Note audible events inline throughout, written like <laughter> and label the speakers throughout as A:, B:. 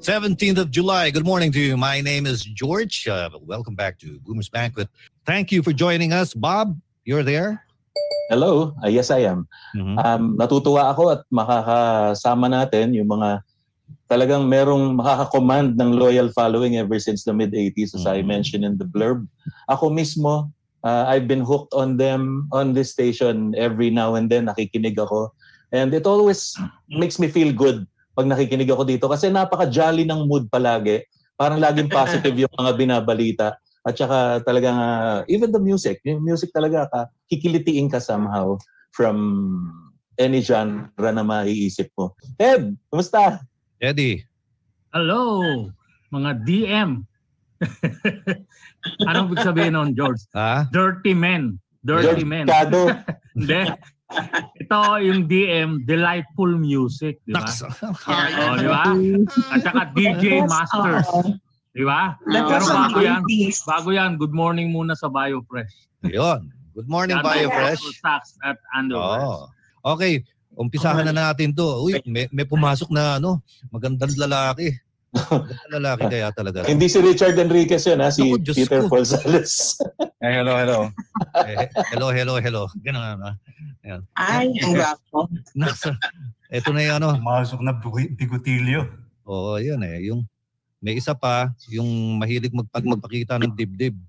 A: 17th of July. Good morning to you. My name is George. Uh, welcome back to Boomers Banquet. Thank you for joining us. Bob, you're there?
B: Hello, Ah, yes I am.
A: Mhm.
B: Um, natutuwa ako at makakasama natin yung mga talagang merong makakakommand ng loyal following ever since the mid-80s as I
A: Mhm.
B: mentioned in the blurb. Ako mismo, ah, I've been hooked on them on this station every now and then nakikinig ako and it always makes me feel good pag nakikinig ako dito kasi napaka-jolly ng mood palagi. Parang laging positive yung mga binabalita at saka talagang ah, even the music, yung music talaga ka, kikilitiin ka somehow from any genre na maiisip mo. Ted, kumusta?
A: Eddie.
C: Hello, mga DM. <laughs> Anong ibig sabihin nun, George?
A: Ah,
C: Dirty men. Dirty men.
B: Kado.
C: <laughs> Hindi. Ito yung DM, delightful music, di ba?
A: naks. <laughs>
C: Oh, di ba? At saka DJ Masters, di ba? Pero
D: Nagkaroon
C: bago yan,
D: ng
C: bago yan, good morning muna sa BioFresh.
A: Yun. Good morning,
C: Yan,
A: BioFresh.
C: Apple Stocks at Underwear.
A: Oh. Okay, umpisahan na natin to. Uy, may, may pumasok na ano, magandang lalaki. Magandang lalaki kaya talaga.
B: Hindi si Richard Enriquez yun, ha? si
A: Ako, Diyos
B: Peter
A: ko.
B: Paul
A: <laughs>
B: Salas.
E: Ay, hello, hello.
A: Eh, hello, hello, hello. Ganun ano, ah. na.
D: Ay, ang gwapo.
A: Naks. Ito Eh, na yung ano.
E: Pumasok na bigu- bigutilyo.
A: Oo, yun eh. Yung, may isa pa, yung mahilig magpag magpakita ng dibdib.
D: <laughs>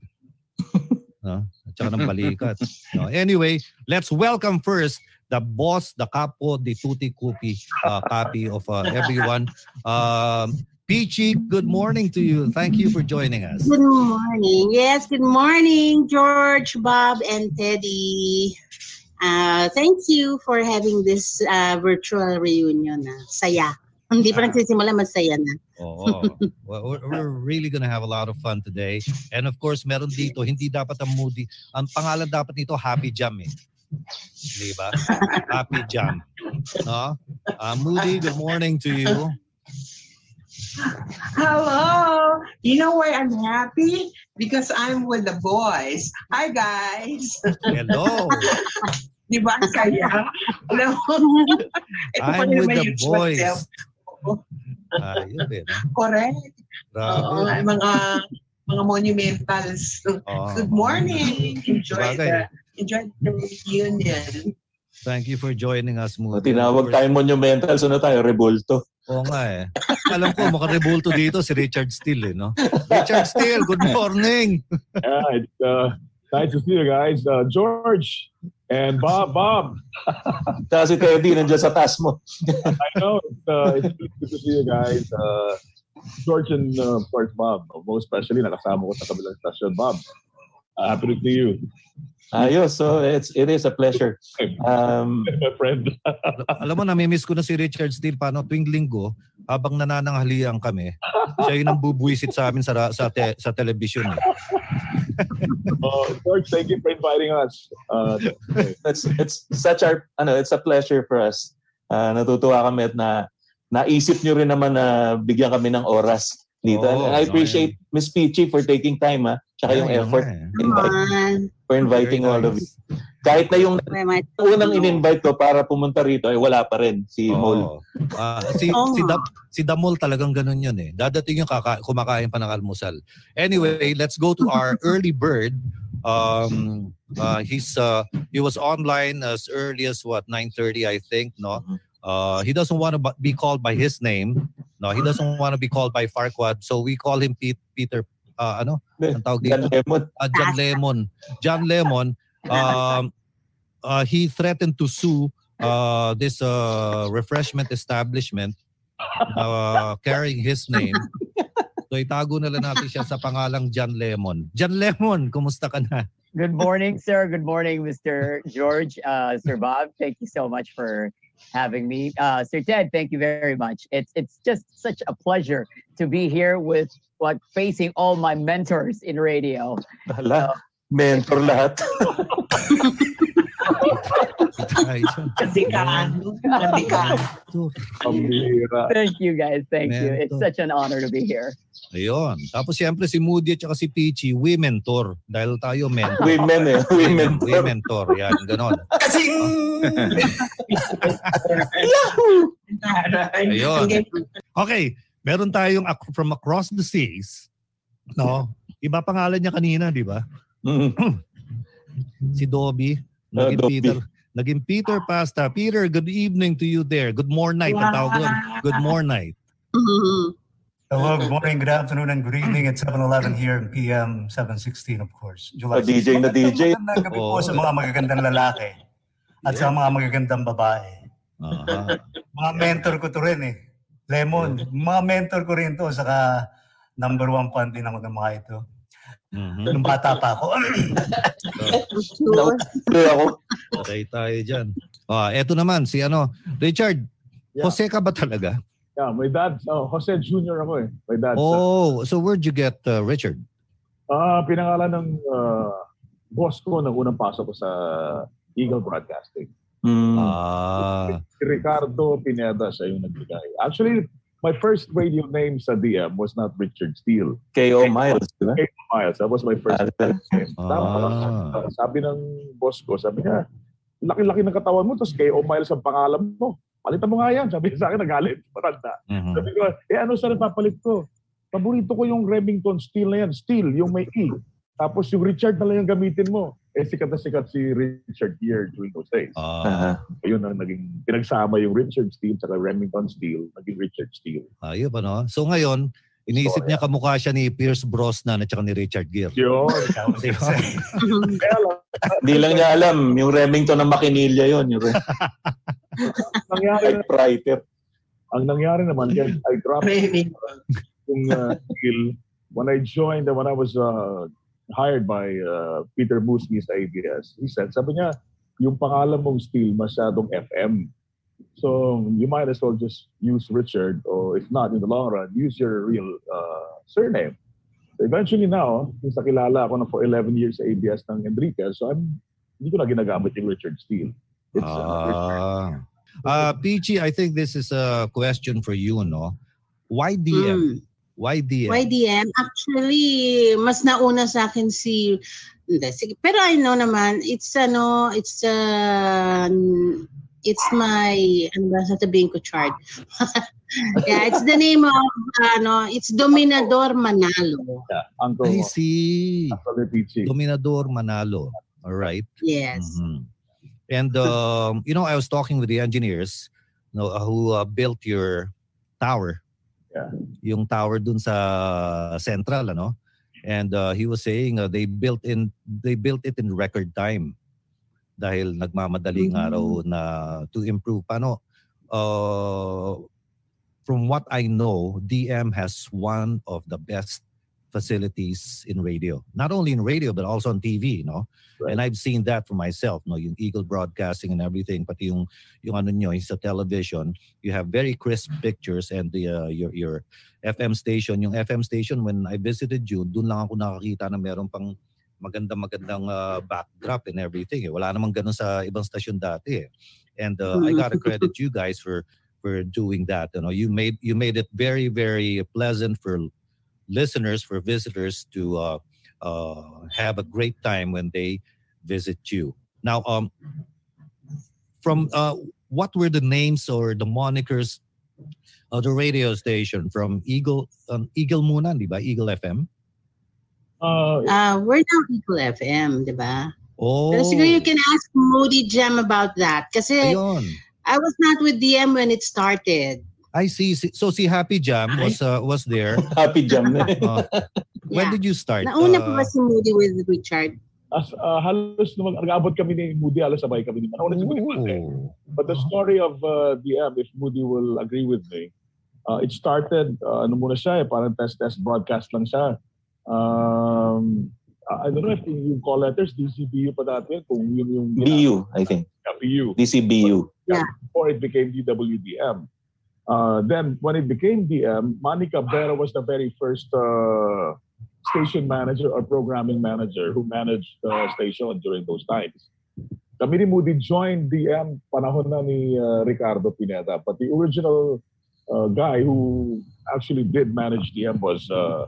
A: no? At saka ng balikat. No? Anyway, let's welcome first the boss, the capo, the tutti kupi uh, copy of uh, everyone. Um, Peachy, good morning to you. Thank you for joining us.
D: Good morning. Yes, good morning, George, Bob, and Teddy. Uh, thank you for having this uh, virtual reunion. Na. Saya. Hindi pa nagsisimula, masaya na.
A: Oo. well, we're, we're really gonna have a lot of fun today. And of course, meron dito, hindi dapat ang moody. Ang pangalan dapat nito, Happy Jam eh. Di ba? Happy Jam. No? Ah, moody, good morning to you.
F: Hello. You know why I'm happy? Because I'm with the boys. Hi, guys. <laughs>
A: Hello.
F: Di ba? ang Saya.
A: <laughs>
F: Hello. Ito pa rin
A: I'm with
F: naman
A: the
F: yung
A: boys.
F: myself.
A: Ayun din. ah.
F: Correct. Oo,
A: Grabe.
F: mga mga monumentals.
A: Oo.
F: Good morning. Enjoy
A: Ah. Sabagay.
F: the enjoy the reunion.
A: Thank you for joining us, Moody.
B: Tinawag tayo monumental, so na tayo, Rebulto.
A: Oo nga eh. Alam ko, makarebulto dito si Richard Steele eh, no? Richard Steele, <laughs> good morning.
G: All right. Uh, nice to see you guys. Uh, George and Bob. Bob,
B: Tapos si Teddy, nandiyan sa taas mo.
G: I know it's, uh, it's good to see you guys. Uh, George and, uh, of course, Bob. Most especially, nakasama ko sa kabilang station, Bob. Uh, happy to see you,
B: Ayos, so it's, it is a pleasure. Um,
G: my friend.
A: Alam mo, namimiss ko na si Richard Steele. Paano tuwing linggo, habang nanananghalian kami, siya yung bubuisit sa amin sa, ra- sa, te- sa television. eh.
G: Uh, George, thank you for inviting us. Uh,
B: it's, it's such a, ano, it's a pleasure for us. Ah, natutuwa kami at na, naisip nyo rin naman na bigyan kami ng oras dito. And
A: Oo,
B: I appreciate Miss Peachy for taking time, ha? Tsaka yung
A: Ayun
B: effort.
A: nga eh.
B: Invite,
D: Come
B: for inviting
A: Very
B: all of you.
A: nice.
B: Kahit na yung
D: on. May mga-
B: unang in-invite ko para pumunta rito ay wala pa rin si Mol.
A: Oo. Ah, si,
D: Oo
A: si,
D: nga.
A: Dam- si Damol talagang ganun yun eh. Dadating yung kaka- kumakain pa ng almusal. Anyway, let's go to
D: <laughs>
A: our early bird. Um, uh, he's uh, he was online as early as what 9:30 I think no.
D: Mm-hmm.
A: Uh, he doesn't want to be called by his name. No, he doesn't want to be called by Farquad. So we call him Pete, Peter uh, ano? Ang tawag
B: Dan
A: dito?
B: Lemon.
A: uh, John Lemon. John Lemon, um, uh, he threatened to sue uh, this uh, refreshment establishment uh, carrying his name. So itago na lang natin siya sa pangalang John Lemon. John Lemon, kumusta ka na?
H: Good morning, sir. Good morning, Mr. George, uh, Sir Bob. Thank you so much for having me, uh, Sir Ted. Thank you very much. It's it's just such a pleasure to be here with like facing all my mentors in radio.
B: Hala, mentor
E: <laughs>
B: lahat.
A: Ay, John.
F: Dekano. Ang dekano.
A: Ito.
G: pambira.
H: <laughs> Thank you guys. Thank you. It's
A: Mentor.
H: such an honor to be here.
A: Ayun. Tapos siyempre si Moody at saka si Peachy, we mentor. Dahil tayo mentor.
B: Women eh. Women.
A: We mentor. Yan, ganon.
B: <laughs>
F: Ang taray.
A: Ah. Ayun.
F: Ang
A: Okay, meron tayong ac- from across the seas, no? Iba pangalan niya kanina, di ba?
B: Mm.
A: <clears throat> Si Dobby.
B: Ah,
A: Naging
B: Dobby.
A: Peter. Naging Peter Pasta. Peter, good evening to you there. Good morning night. Ang tawag doon. Good morning night.
F: Mm-hmm.
D: Mhm.
E: Hello, good morning, good afternoon, and good evening. It's 7.11 here in PM 7.16, of course. July
B: Oh, DJ na
E: 6. Magandang-
B: DJ.
E: Magandang gabi po
A: Oh.
E: sa mga magagandang lalaki at sa mga magagandang babae.
A: Aha.
E: Mga mentor ko to rin eh. Lemon, mga mentor ko rin to. Saka number one fan din ako ng mga ito.
A: Mhm.
B: Mm-hmm.
E: Nung bata pa ako.
D: Sure.
B: ako.
A: Okay tayo dyan. Ah, eto naman si ano, Richard.
G: Yeah.
A: Jose ka ba talaga?
G: Yeah, my dad, oh, Jose Jr. ako eh. My dad.
A: Oh, so where'd you get uh, Richard?
G: Ah, pinangalan ng ah, boss ko nung unang pasok ko sa Eagle Broadcasting.
B: Mm.
A: Ah,
G: Si Ricardo Pineda siya yung nagbigay. Actually, my first radio name sa DM was not Richard Steele.
B: KO Miles, di ba?
G: Miles, that was my first
B: Ah,
G: name. Tama
E: <clears throat>
G: ka lang.
A: ah.
G: Sabi ng boss ko, sabi niya, laki-laki ng katawan mo, tapos KO Miles ang pangalan mo. Palitan mo nga yan. Sabi niya sa akin, nagalit. Matanda.
A: Mhm.
G: Sabi ko, eh ano sir ang papalit ko? Paborito ko yung Remington Steel na yan. Steel, yung may E. Tapos yung Richard na lang yung gamitin mo. Eh sikat na sikat si Richard here during those days.
B: Ah.
A: Ah,
G: Ayun ang naging, pinagsama yung Richard Steel sa Remington Steel, naging Richard Steel.
A: ayun pa no. So ngayon, iniisip niya
B: ah.
A: kamukha siya ni Pierce Brosnan at saka ni Richard Gere.
G: Yun.
E: Ikaw, si Jose.
G: Kaya lang,
B: Di lang niya alam, yung Remington ng Makinilya yun, yung <laughs> Remington
G: nangyari na,
B: typewriter.
G: ang nangyari naman, guys, I dropped
F: Maybe.
G: yung uh, deal when I joined and when I was uh, hired by uh, Peter Musni sa ABS, he said, sabi niya, yung pangalan mong Steel masyadong FM. So you might as well just use Richard or if not, in the long run, use your real uh, surname. So eventually now, since nakilala ako na for 11 years sa ABS ng Enriquez, so I'm, hindi ko na ginagamit yung Richard Steele. It's, uh,
A: Ah. Uh, Peachy, I think this is a question for you, no? Why DM?
B: Hmm.
D: Mm.
A: Why DM?
D: YDM, actually, mas nauna sa akin si... Hindi, sige. Pero I know naman, it's ano, it's uh, it's my, ano ba, sa tabihin ko chart. <laughs> yeah, it's the name of, ano, it's Dominador Manalo.
G: yeah, Uncle,
A: I see.
G: Uncle Letici.
A: Dominador Manalo. All right.
D: Yes.
A: Mhm. And um, you know, I was talking with the engineers, you know, who uh, built your tower.
G: Yeah.
A: Yung tower dun sa Central, ano? And uh, he was saying uh, they built in they built it in record time dahil nagmamadaling
D: Mm.
A: araw na to improve paano uh, from what I know DM has one of the best facilities in radio not only in radio but also on TV no and I've seen that for myself, no, yung Eagle Broadcasting and everything, pati yung yung ano nyo, yung sa television, you have very crisp pictures and the uh, your your FM station, yung FM station when I visited you, doon lang ako nakakita na meron pang maganda magandang uh, backdrop and everything. Eh. Wala namang ganun sa ibang station dati. Eh. And
D: Mm.
A: uh, I gotta credit you guys for for doing that. You know, you made you made it very very pleasant for listeners, for visitors to uh, uh, have a great time when they visit you. Now, um, from uh, what were the names or the monikers of the radio station from Eagle um, Eagle Muna, di ba? Eagle FM.
G: Uh,
D: Uh, we're now Equal FM, di ba?
A: Oh,
D: Pero siguro you can ask Moody Jam about that. Kasi
A: ayun.
D: I was not with DM when it started.
A: I see. Si- So si Happy Jam was uh, was there.
B: <laughs> Happy jam na eh.
A: Uh, When
D: Yeah.
A: did you start?
D: Nauna pa ba
A: Uh,
D: si Moody with Richard?
G: as uh, halos nung nag-abot kami ni Moody, halos sabay kami ni Manolo si Moody. Mante.
A: oh,
G: But the story of uh, DM, if Moody will agree with me, uh, it started, uh, ano muna siya eh, parang test-test broadcast lang siya. Um, I don't know if you call letters, DCBU pa dati, yun, kung yun yung
B: BU, I think.
G: BU
B: DCBU.
G: before it became DWDM. Uh, then when it became DM, Monica Vera was the very first uh, station manager or programming manager who managed the station during those times. Kami ni Moody joined DM panahon na ni uh, Ricardo Pineda. But the original uh, guy who actually did manage DM was uh,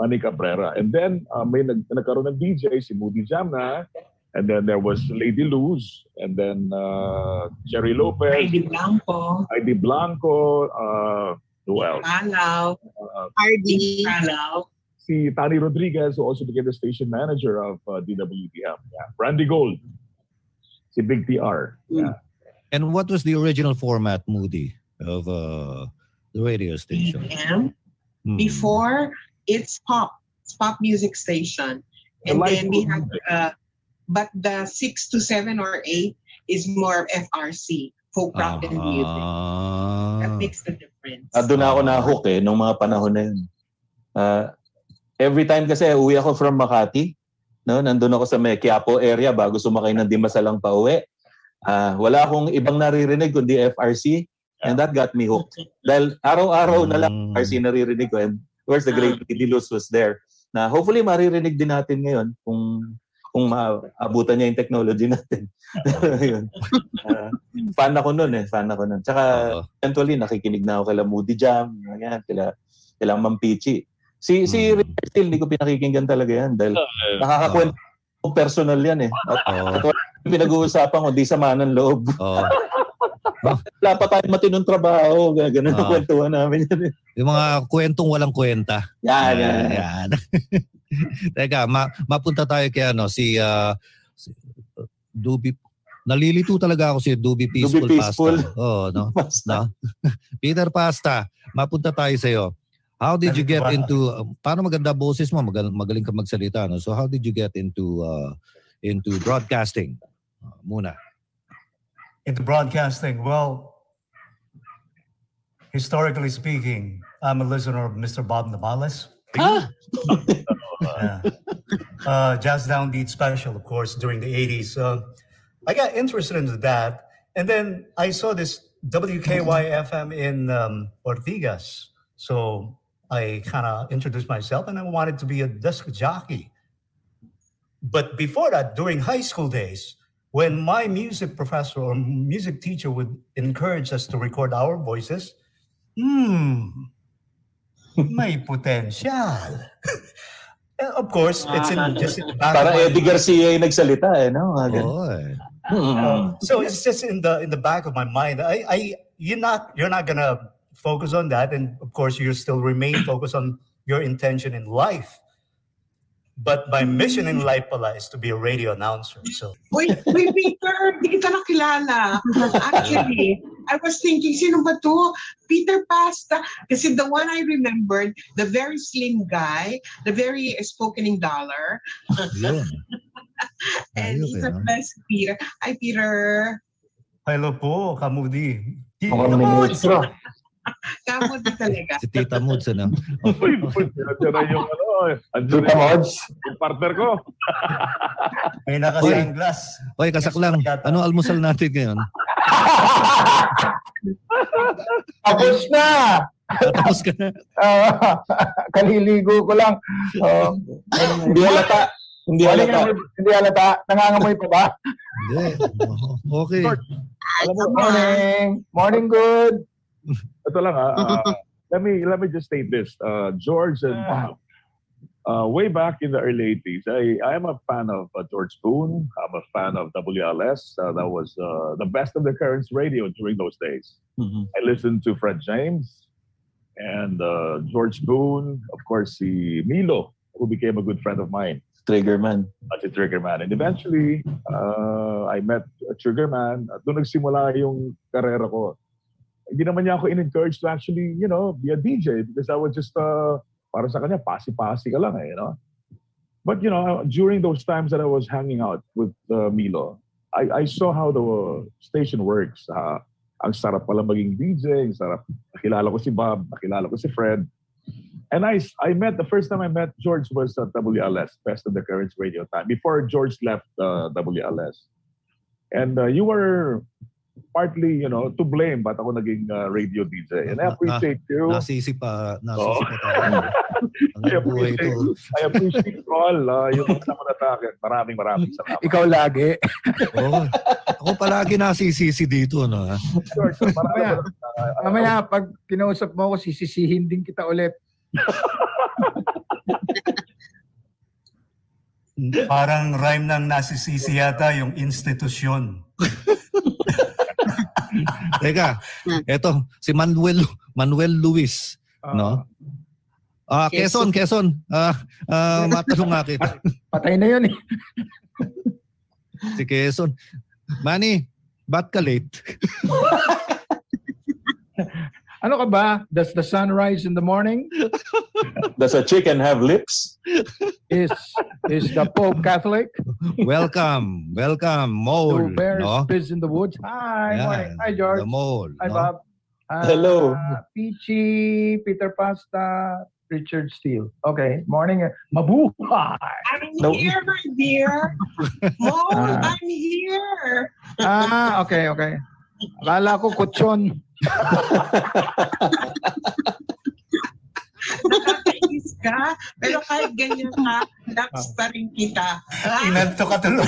G: Manny Cabrera. And then uh, may nag nagkaroon ng DJ, si Moody Jam na. And then there was Lady Luz. And then uh, Jerry Lopez.
F: Maybe lang po.
G: ID Blanco, uh, who else?
F: Palaw,
G: Uh,
D: RD.
F: Palaw.
G: si Tani Rodriguez, who also became the station manager of uh, DWDM. Yeah. Randy Gold, si Big TR. Yeah.
A: And what was the original format, Moody, of uh, the radio station?
F: AM.
G: Mm.
A: Hmm.
F: Before, it's pop. It's pop music station. And
G: The
F: then we
G: live
F: have, uh, but the six to seven or eight is more FRC, folk rock and music.
A: Ah.
F: That makes the difference.
B: Ah, doon na ako na-hook eh, nung mga panahon na yun. Ah, every time kasi uwi ako from Makati, no, nandun ako sa may Quiapo area bago sumakay ng Dimasalang pa uwi. Ah, wala akong ibang naririnig kundi FRC and that got me hooked. Dahil araw-araw na lang
A: Mm.
B: FRC naririnig ko and where's the great Lady Luz was there. Na hopefully maririnig din natin ngayon kung kung maabutan niya yung technology natin. <laughs> Yun. Ah, fan ako nun eh, fan ako nun. Tsaka
A: Oo.
B: eventually nakikinig na ako kala Moody Jam, ganyan, kila kila Ma'am Peachy. Si si
A: Hmm.
B: Rick Steele, hindi ko pinakikinggan talaga yan dahil nakakakwento ko personal yan eh. At
A: Oo.
B: pinag-uusapan ko, di sama ng loob.
A: Oo.
B: Wala pa tayong matinong trabaho, ganun ang
A: Ah.
B: kwentuhan namin yan. eh.
A: Yung mga kwentong walang kwenta.
B: Yan, yan, yan.
A: Ayan. <laughs> Teka, ma- mapunta tayo kay ano, si, uh, si uh, Dubi. Nalilito talaga ako si Dubi Peaceful,
B: Peaceful.
A: Pasta. Oo, no?
B: <laughs>
A: <laughs>
B: Basta.
A: Peter Pasta, mapunta tayo sa iyo. How did you get into um, paano maganda boses mo, magaling, magaling ka magsalita no. So how did you get into uh, into broadcasting? Uh, muna.
E: into broadcasting. Well, historically speaking, I'm a listener of Mr. Bob Navales. Yeah. Uh, Jazz Downbeat Special, of course, during the 80s. Uh, I got interested into that. And then I saw this WKY FM in um, Ortigas. So I kind of introduced myself and I wanted to be a disc jockey. But before that, during high school days, when my music professor or music teacher would encourage us to record our voices, hmm, may potential. <laughs> And of course,
B: Ah,
E: it's in, just in the back of
B: Para
E: my
B: Eddie Garcia yung nagsalita eh, no? Mga ganun.
A: Oo. eh.
B: Hmm.
E: Um, so it's just in the in the back of my mind. I, I you're not you're not gonna focus on that, and of course you still
A: <clears throat>
E: remain focused on your intention in life. But my mission in life pala is to be a radio announcer. So
F: Uy, uy, Peter, di kita nakilala. Actually, I was thinking, sino ba to? Peter Pasta. Kasi the one I remembered, the very slim guy, the very spoken in dollar.
A: Yun.
F: And
A: Ayun,
F: <laughs> he's
A: eh,
F: a
A: no?
F: blessed Peter. Hi, Peter.
E: hello po, Kamudi.
B: Mukhang may neutro.
F: Kamo di
G: <laughs>
F: talaga.
A: Si Tita Moods ano.
G: Uy, uy, nandiyan na yung ano. eh. Andiyan na
B: Tita
G: yung,
B: Mods.
G: yung partner ko.
E: May naka-sunglass.
A: Hoy, kasaklang. Ano almusal natin ngayon?
I: Tapos na!
A: Tapos ka na.
I: <laughs> Ah, kaliligo ko lang. Oh,
B: Hindi halata. Hindi
I: wala
B: halata.
I: ka- Hindi halata. Nangangamoy pa ba?
A: Hindi. Oh, Okay.
I: Alam mo, morning. Morning, good.
G: Ito lang ha.
I: <laughs>
G: uh, let me let me just state this. Uh, George and Bob. Uh, way back in the early 80s, I, I am a fan of uh, George Boone. I'm a fan of WLS. Uh, that was uh, the best of the currents radio during those days.
B: Mhm.
G: I listened to Fred James and uh, George Boone, of course, si Milo, who became a good friend of mine,
B: Trigger man. eh,
G: at si Triggerman. And eventually, uh, I met Triggerman at doon nagsimula yung karera ko. Hindi naman niya ako in-encourage to actually, you know, be a DJ because I was just, uh, para sa kanya, pasi-pasi ka lang eh, you know. But, you know, during those times that I was hanging out with uh, Milo, I, I saw how the station works. Uh, ang sarap pala maging DJ, ang sarap. Nakilala ko si Bob, nakilala ko si Fred. And I, I met, the first time I met George was at WLS, Best of the Currents Radio Time, before George left uh, WLS. And uh, you were partly, you know, to blame but ako naging uh, radio DJ. And I appreciate you. Oh.
A: Nasisi pa, nasisi pa tayo.
G: <laughs>
A: Ang
G: I
A: buhay
G: appreciate,
A: to.
G: I appreciate you all. Uh, yung kasama na sa akin. Maraming maraming salamat.
I: Ikaw lagi.
A: Oo. Ako palagi nasisisi dito, no? ha?
G: George, maraming
I: Mamaya.
G: maraming salamat. Uh,
I: Mamaya, pag kinausap mo ako, sisisihin din kita ulit.
E: Parang rhyme ng nasisisi yata yung institusyon.
A: Teka, eto, si Manuel Manuel Luis.
I: Ah,
A: No? Ah, Quezon, Quezon. Ah, ah, matanong nga kita.
I: Patay na yun eh.
A: <laughs> Si Quezon. Manny, ba't ka late?
I: <laughs> Ano ka ba? Does the sun rise in the morning?
B: Does a chicken have lips?
I: Is is the Pope Catholic?
A: Welcome, welcome,
I: Who
A: Mole.
I: bears
A: No?
I: pigs in the woods? Hi,
A: Yeah,
I: morning. Hi,
A: The
I: George.
A: Mole.
I: Hi,
A: no?
I: Bob. Ah,
B: Hello.
I: Peachy, Peter Pasta, Richard Steele. Okay, morning. uh, Mabuhay!
F: I'm
B: No.
F: here, my
A: <laughs>
F: dear. Mo,
I: Ah.
F: I'm here.
I: Ah, okay, okay. Akala ko kutsyon.
F: Nakakainis ka. Pero kahit ganyan ka,
A: Ah.
F: laps pa rin kita. Ah,
E: Inanto ka tuloy.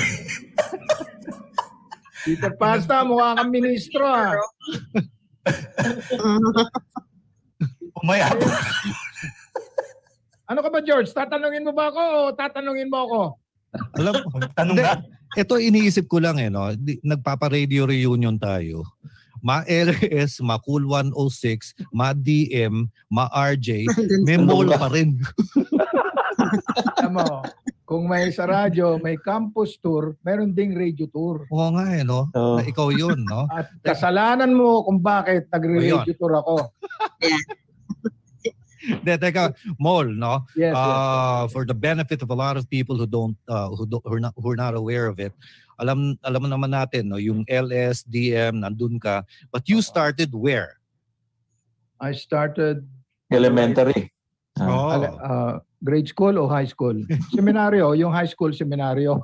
J: <laughs>
I: Peter Pasta, mukha kang ministro ah.
F: girl.
E: Umayabang.
I: Ano ka ba, George? Tatanungin mo ba ako o tatanungin mo ako?
A: Alam mo,
E: Tanong
A: Hindi.
E: na.
A: ito iniisip ko lang eh, no? Di- nagpapa-radio reunion tayo. Ma-LS, ma-Cool 106, ma-DM, ma-RJ, may mole pa rin.
I: Alam mo, oh. kung may sa radyo, may campus tour, meron ding radio tour.
A: Oo nga eh, no?
B: Oh.
A: Na ikaw yun, Oh, no?
I: At <laughs> kasalanan mo kung bakit nagre-radio tour ako.
A: De, teka, mole, no?
I: Yes, yes.
A: Uh, for the benefit of a lot of people who don't uh, who, do, who, are not, who are not aware of it alam alam mo naman natin no yung LSDM nandun ka but you started where
I: I started
B: Elementary.
A: Ah.
I: ale- uh, grade school o high school? Seminaryo, yung high school seminaryo.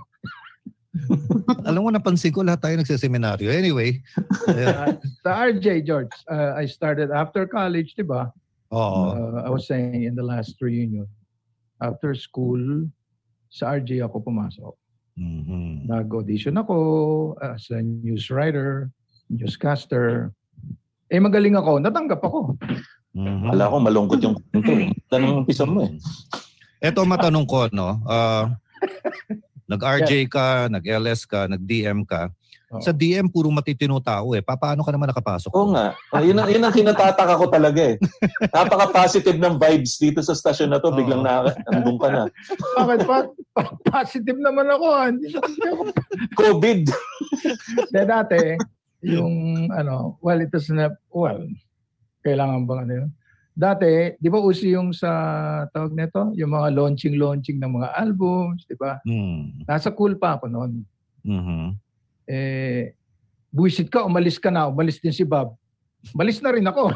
A: alam mo napansin ko lahat tayo nagseseminaryo anyway
I: <laughs> Uh,
A: yeah.
I: sa RJ, George, uh, I started after college, di ba?
A: oh
I: Uh, I was saying in the last reunion, after school, sa RJ ako pumasok.
A: mhm.
I: Nag-audition ako as a news writer, newscaster. Eh magaling ako, natanggap ako.
A: Mhm.
B: Akala ko malungkot yung kwento. eh. Tanong umpisa mo eh.
A: Eto matanong ko,
I: <laughs>
A: no? Ah, nag-RJ ka, nag-LS ka, nag-DM ka.
I: Oo.
A: Sa DM, puro matitino tao eh. Pa- Paano ka naman nakapasok?
B: Oo nga. Ah, yun, ang, yun ang kinatataka ko talaga eh. Napaka-positive ng vibes dito sa station na to. Biglang na, nandun ka na.
I: Bakit pa? pa- Positive naman ako. ah. Hindi na kasi ako. <laughs>
B: COVID.
I: Dahil dati, yung ano, well, it was na, well, kailangan bang ano yun? Dati, di ba uso yung sa tawag nito? Yung mga launching-launching ng mga albums, di ba?
A: Mm.
I: Nasa cool pa ako noon.
A: Mhm.
I: eh, buisit ka, umalis ka na, umalis din si Bob. Umalis na rin ako.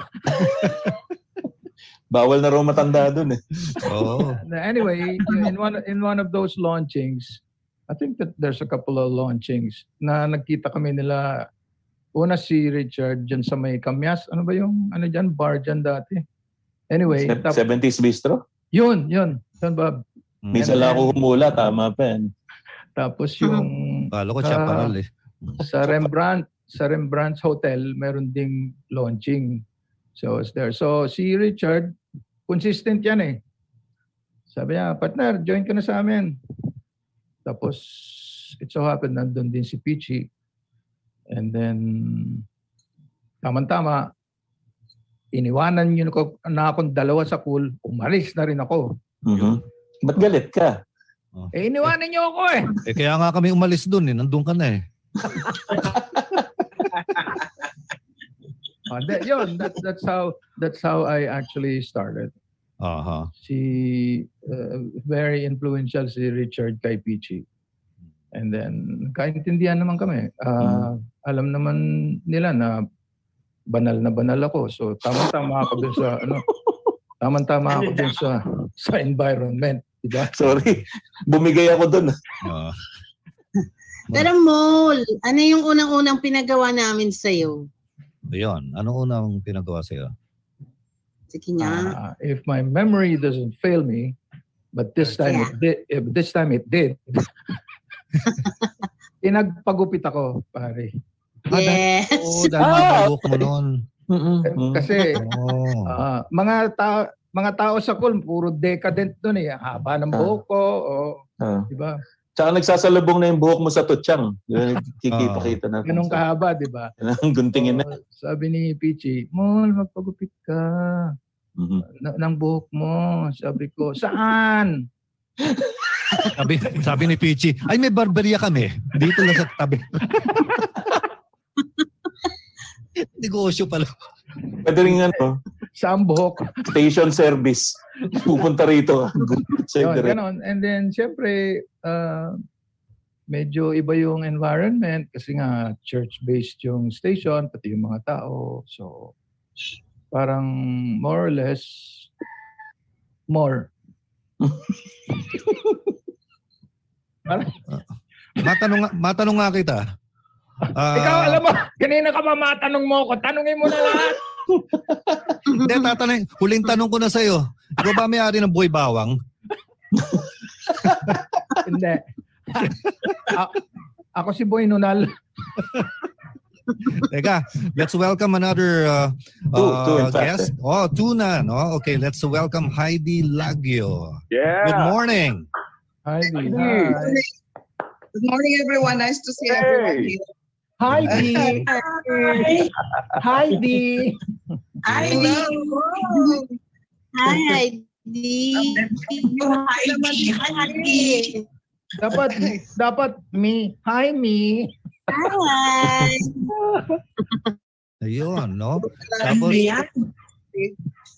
B: Bawal na raw matanda dun eh.
A: Oo.
I: anyway, in one, in one of those launchings, I think that there's a couple of launchings na nagkita kami nila. Una si Richard dyan sa may Kamyas. Ano ba yung ano dyan? Bar dyan dati. Anyway,
B: Se-
I: tap,
B: 70s bistro.
I: yun, yun. Yun, Bob.
B: Minsan lang ako humula. Tama pa yan.
I: Tapos yung
A: Kala ko siya
I: Ah.
A: paral eh.
I: sa Rembrandt sa Rembrandt's Hotel meron ding launching so it's there so si Richard consistent yan eh sabi niya partner join ka na sa amin tapos it so happened nandun din si Peachy and then tamang-tama iniwanan yun ko na akong dalawa sa pool umalis na rin ako
B: Mhm. Ba't galit ka?
I: eh iniwanan niyo ako eh
A: Eh kaya nga kami umalis dun eh. Nandun ka na eh.
I: Ah, that, yun that, that's how that's how I actually started
A: Aha.
I: si uh, very influential si Richard Kai Pichi. And then kaintindihan naman kami. Ah, alam naman nila na banal na banal ako. So tama-tama ako dun sa ano. Tama-tama ako dun sa sa environment, di ba?
B: Sorry. Bumigay ako dun.
A: Ah.
D: Pero Mol, ano yung unang-unang pinagawa namin sa'yo?
A: Ayun. Ano unang pinagawa sa'yo?
D: Sige nga.
I: Ah, if my memory doesn't fail me, but this
D: Oh,
I: time it did, eh, but this time it
D: <laughs>
I: did. Pinagpagupit ako, pare. Ah,
D: yes.
A: Oo, dahil
B: Ah,
A: mapalok mo nun.
I: Eh, Kasi
A: Oo.
I: Ah, mga tao mga tao sa cool puro decadent doon eh Ang haba ng buhok ko o
B: Ah.
I: di ba
B: Tsaka nagsasalubong na yung buhok mo sa tutsang. Yun,
A: Oo.
B: Kikita-kita natin.
I: Ganong kahaba, di ba?
B: Ang <laughs> guntingin na.
I: Oo, sabi ni Pichi, Mol, magpagupit ka
B: Mhm.
I: na- ng buhok mo. Sabi ko, saan?
A: Sabi, sabi ni Pichi, ay may barberia kami. Dito lang sa tabi. Negosyo pala.
B: Pwede rin
I: <laughs>
B: ano,
I: Saan buhok?
B: station service. Pupunta rito. Check
I: <laughs> Yun,
B: the rate.
I: ganon. And then, syempre, uh, medyo iba yung environment kasi nga church-based yung station, pati yung mga tao. So, parang more or less, more. parang,
A: Matanong, nga- matanong nga kita. Ah,
I: ikaw, alam mo, kanina ka mamatanong mo ako, tanungin mo na lahat.
A: Hindi, tatanong. Huling tanong ko na sa'yo. Ikaw ba may-ari ng Boy Bawang?
I: <laughs> Hindi. A- ako si Boy Nunal.
A: <laughs> Teka, let's welcome another uh,
B: Two, two in
A: uh,
B: fact,
A: guest. Oh, two na. No? Okay, let's welcome Heidi Lagyo.
G: Yeah.
A: Good morning.
I: Hi, Heidi.
G: Hey.
I: Hi.
F: Good morning, everyone. Nice to see
G: Hey.
F: everyone here.
I: Heidi. Heidi.
F: I love
D: Hi, Heidi.
F: Hi, Heidi.
D: Hi, Heidi.
I: Dapat, dapat me. Hi, me. <laughs>
D: Hi.
A: Ayun, no?
F: Ano
A: Tapos,
F: yan?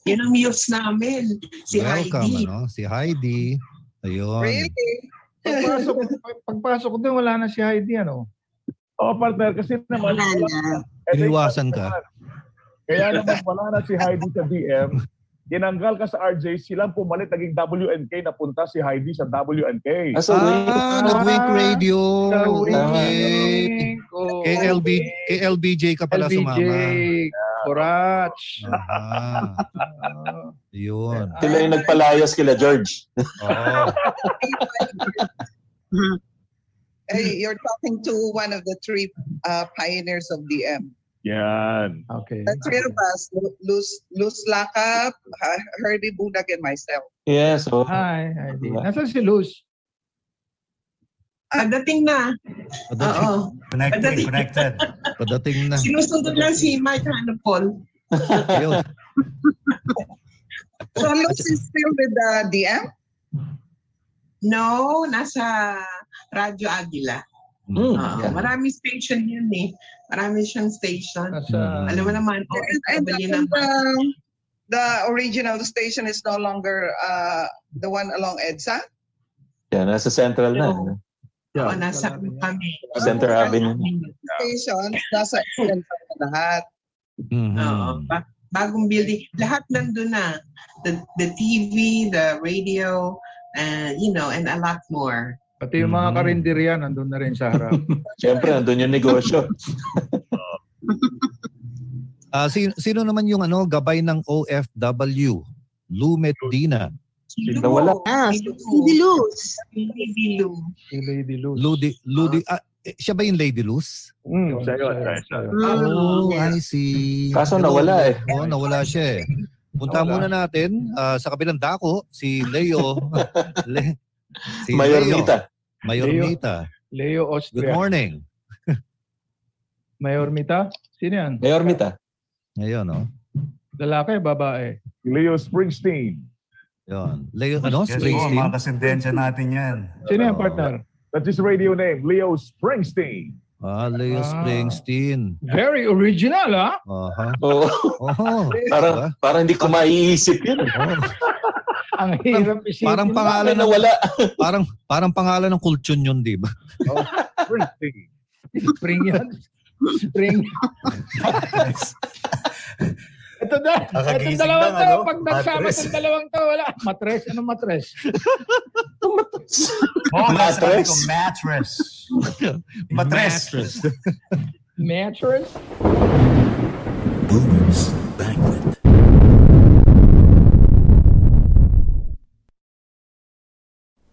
F: Yan ang muse namin. Si
A: welcome,
F: Heidi.
A: ano? Si Heidi. Ayun.
I: Pagpasok, pag- pagpasok doon, wala na si Heidi, ano?
G: Oh, partner, kasi naman,
D: Wala na.
G: Eh,
A: Iniwasan ka.
G: Kaya naman wala na si Heidi sa DM. Tinanggal ka sa RJ, silang pumalit naging WNK, napunta si Heidi sa WNK.
B: Ah, so wait.
A: Ah, nag-wake radio.
I: Sa
A: Okay.
I: wing ko.
A: KLB, KLBJ ka pala
I: LBJ.
A: sumama.
I: Korach.
A: Ah,
I: Ah.
A: yun.
B: Sila yung nagpalayas kila George.
A: Oo.
K: Hey, you're talking to one of the three uh, pioneers of DM.
G: Yan.
I: Okay.
K: The three of us, Lu- Luz, Luz Lakap, Ha- Herbie Budak, and myself.
B: Yes, oh. Diba? so.
I: Hi, Heidi. Nasaan si Luz?
F: Ah, dating na.
A: Padating,
F: Oo.
E: Connected, connected.
A: padating na.
F: Sinusunod lang si Mike Hanapol.
A: Ayun.
K: So Luz is still with the DM?
F: No, nasa Radyo Aguila.
A: Hmm,
B: Mm,
F: Oo.
B: yan.
F: Marami station yun eh. Marami siyang station.
I: Nasa...
F: Alam mo naman, oh,
K: And
F: ito
K: the,
F: naman.
K: the, the original station is no longer uh, the one along EDSA?
B: Yan, nasa Central na. ano?
F: Oo, Oh, nasa kami.
B: Center Avenue.
K: Stations, nasa SM pa rin lahat.
A: Mhm.
F: Oo. Ba- bagong building. Lahat nandun na. The, the TV, the radio, uh, you know, and a lot more.
I: Pati yung mga
A: Mm.
I: karinderya, nandun na rin sa harap.
B: <laughs> Siyempre, nandun yung negosyo.
A: Ah, si- sino, naman yung ano, gabay ng OFW? Lou Medina.
F: Silo.
B: Nawala.
D: Ah, si Diluz.
F: Silo.
I: si Lady Luz.
A: Lou, Di, Lou Di- ah, eh, siya ba yung Lady Luz?
I: Mm,
G: Hmm, Siya yun, siya, siya yun.
A: Oh,
F: Ah,
A: I see.
B: Kaso
A: Hello.
B: nawala eh.
A: Oo, nawala siya eh. Punta
I: Nawala.
A: muna natin ah, sa kabilang dako, si
I: <laughs>
A: Leo. Le- <laughs> si
B: Mayor
A: Leo.
B: Mita.
A: Mayor
I: Leo.
A: Mita.
I: Leo
A: Good
I: Austria.
A: morning.
I: Mayor Mita? Sino yan?
B: Mayor Mita.
A: Ngayon, oh. no?
I: Lalaki, babae.
G: Leo Springsteen.
A: Yun. Leo, ano?
E: Yes, oh, mga
A: Springsteen?
E: kasindensya natin yan.
I: Sino yan,
A: Oo.
I: partner?
G: That's his radio name, Leo Springsteen.
A: Ah, Leo
I: Ah.
A: Springsteen.
I: Very original, ah. ha?
A: Aha.
B: Oo.
A: Oh,
B: Parang, parang hindi ko maiisip yun.
I: Ang hirap isipin.
A: Parang
B: Alam
A: pangalan
B: na
A: ng
B: wala.
A: parang parang pangalan ng kultyon yun, 'di ba?
G: Springsteen.
I: <laughs> Spring yan.
A: <laughs>
I: Spring. Ito na. Itong
E: Nakagising
I: dalawang
E: lang,
I: to.
E: ano?
I: Pag nagsama
E: Matres.
I: itong dalawang to, wala. Matres. Ano matres?
A: <laughs>
E: Oh, nasa tabi ko,
B: Mattress.
A: <laughs>
E: mattress. Matres.
I: Matres?
E: Boomers Banquet.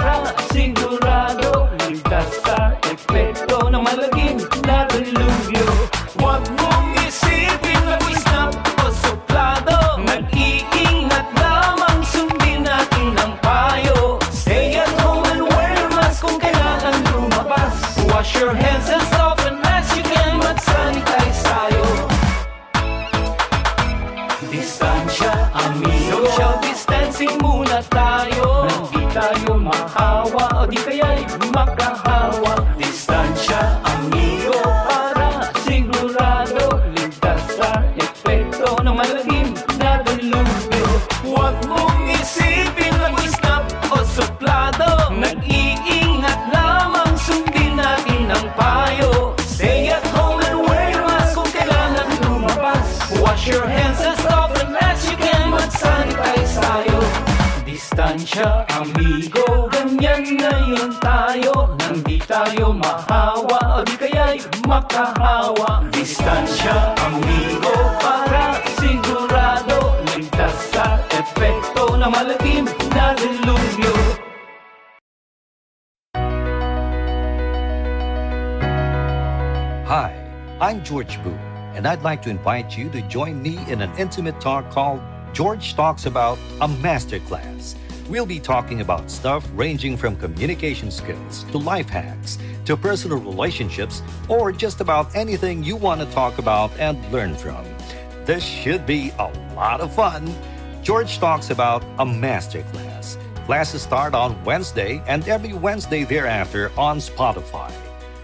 L: para sino tayo Di tayo mahawa O di kaya'y makahawa Distansya, amigo Para sigurado Ligtas sa epekto Ng malagim na dilubyo Huwag mong isipin Mag-stop o suplado Nag-iingat lamang Sundin natin ang payo Stay at home and wear your mask Kung kailangan lumabas Wash your hands as often as you can Mag-sanitize tayo Distansya, amigo, ganyan na yun tayo Nang di tayo mahawa o di kaya'y makahawa Distansya, amigo, para sigurado Ligtas sa epekto na malalim na dilubyo
A: Hi, I'm George Boo, and I'd like to invite you to join me in an intimate talk called George Talks About a Masterclass. We'll be talking about stuff ranging from communication skills to life hacks to personal relationships or just about anything you want to talk about and learn from. This should be a lot of fun. George Talks About a Masterclass. Classes start on Wednesday and every Wednesday thereafter on Spotify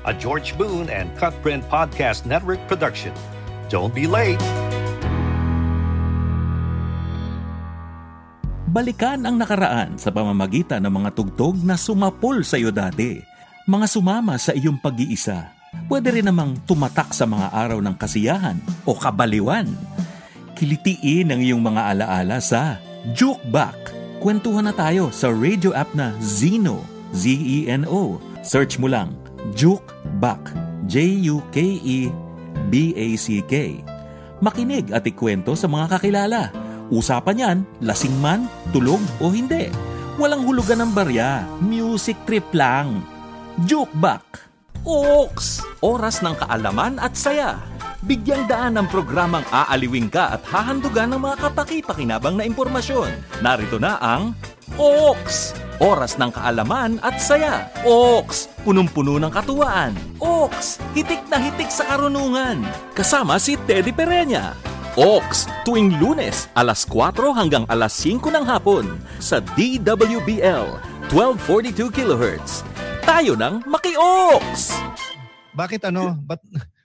A: a George Boone and Cutprint Podcast Network production. Don't be late.
B: Balikan ang nakaraan sa pamamagitan ng mga tugtog na sumapol sa iyo dati. Mga sumama sa iyong pag-iisa. Pwede rin namang tumatak sa mga araw ng kasiyahan o kabaliwan. Kilitiin ang iyong mga alaala sa Juke Back. Kwentuhan na tayo sa radio app na Zeno. Z-E-N-O. Search mo lang Juke Back. E J-U-K-E-B-A-C-K. Makinig at ikwento sa mga kakilala. Usapan yan, lasing man, tulog o hindi. Walang hulugan ng barya, music trip lang. Juke Back. Oaks! Oras ng kaalaman at saya. Bigyang daan ng programang aaliwing ka at hahandugan ng mga kapaki-pakinabang na impormasyon. Narito na ang Oaks! Oras ng kaalaman at saya. Oaks! Punong-puno ng katuwaan. Oaks! Hitik na hitik sa karunungan. Kasama si Teddy Pereña. Oaks! Tuwing lunes, alas 4 hanggang alas 5 ng hapon sa DWBL 1242 kHz. Tayo ng maki-Oaks!
A: Bakit ano? Ba't,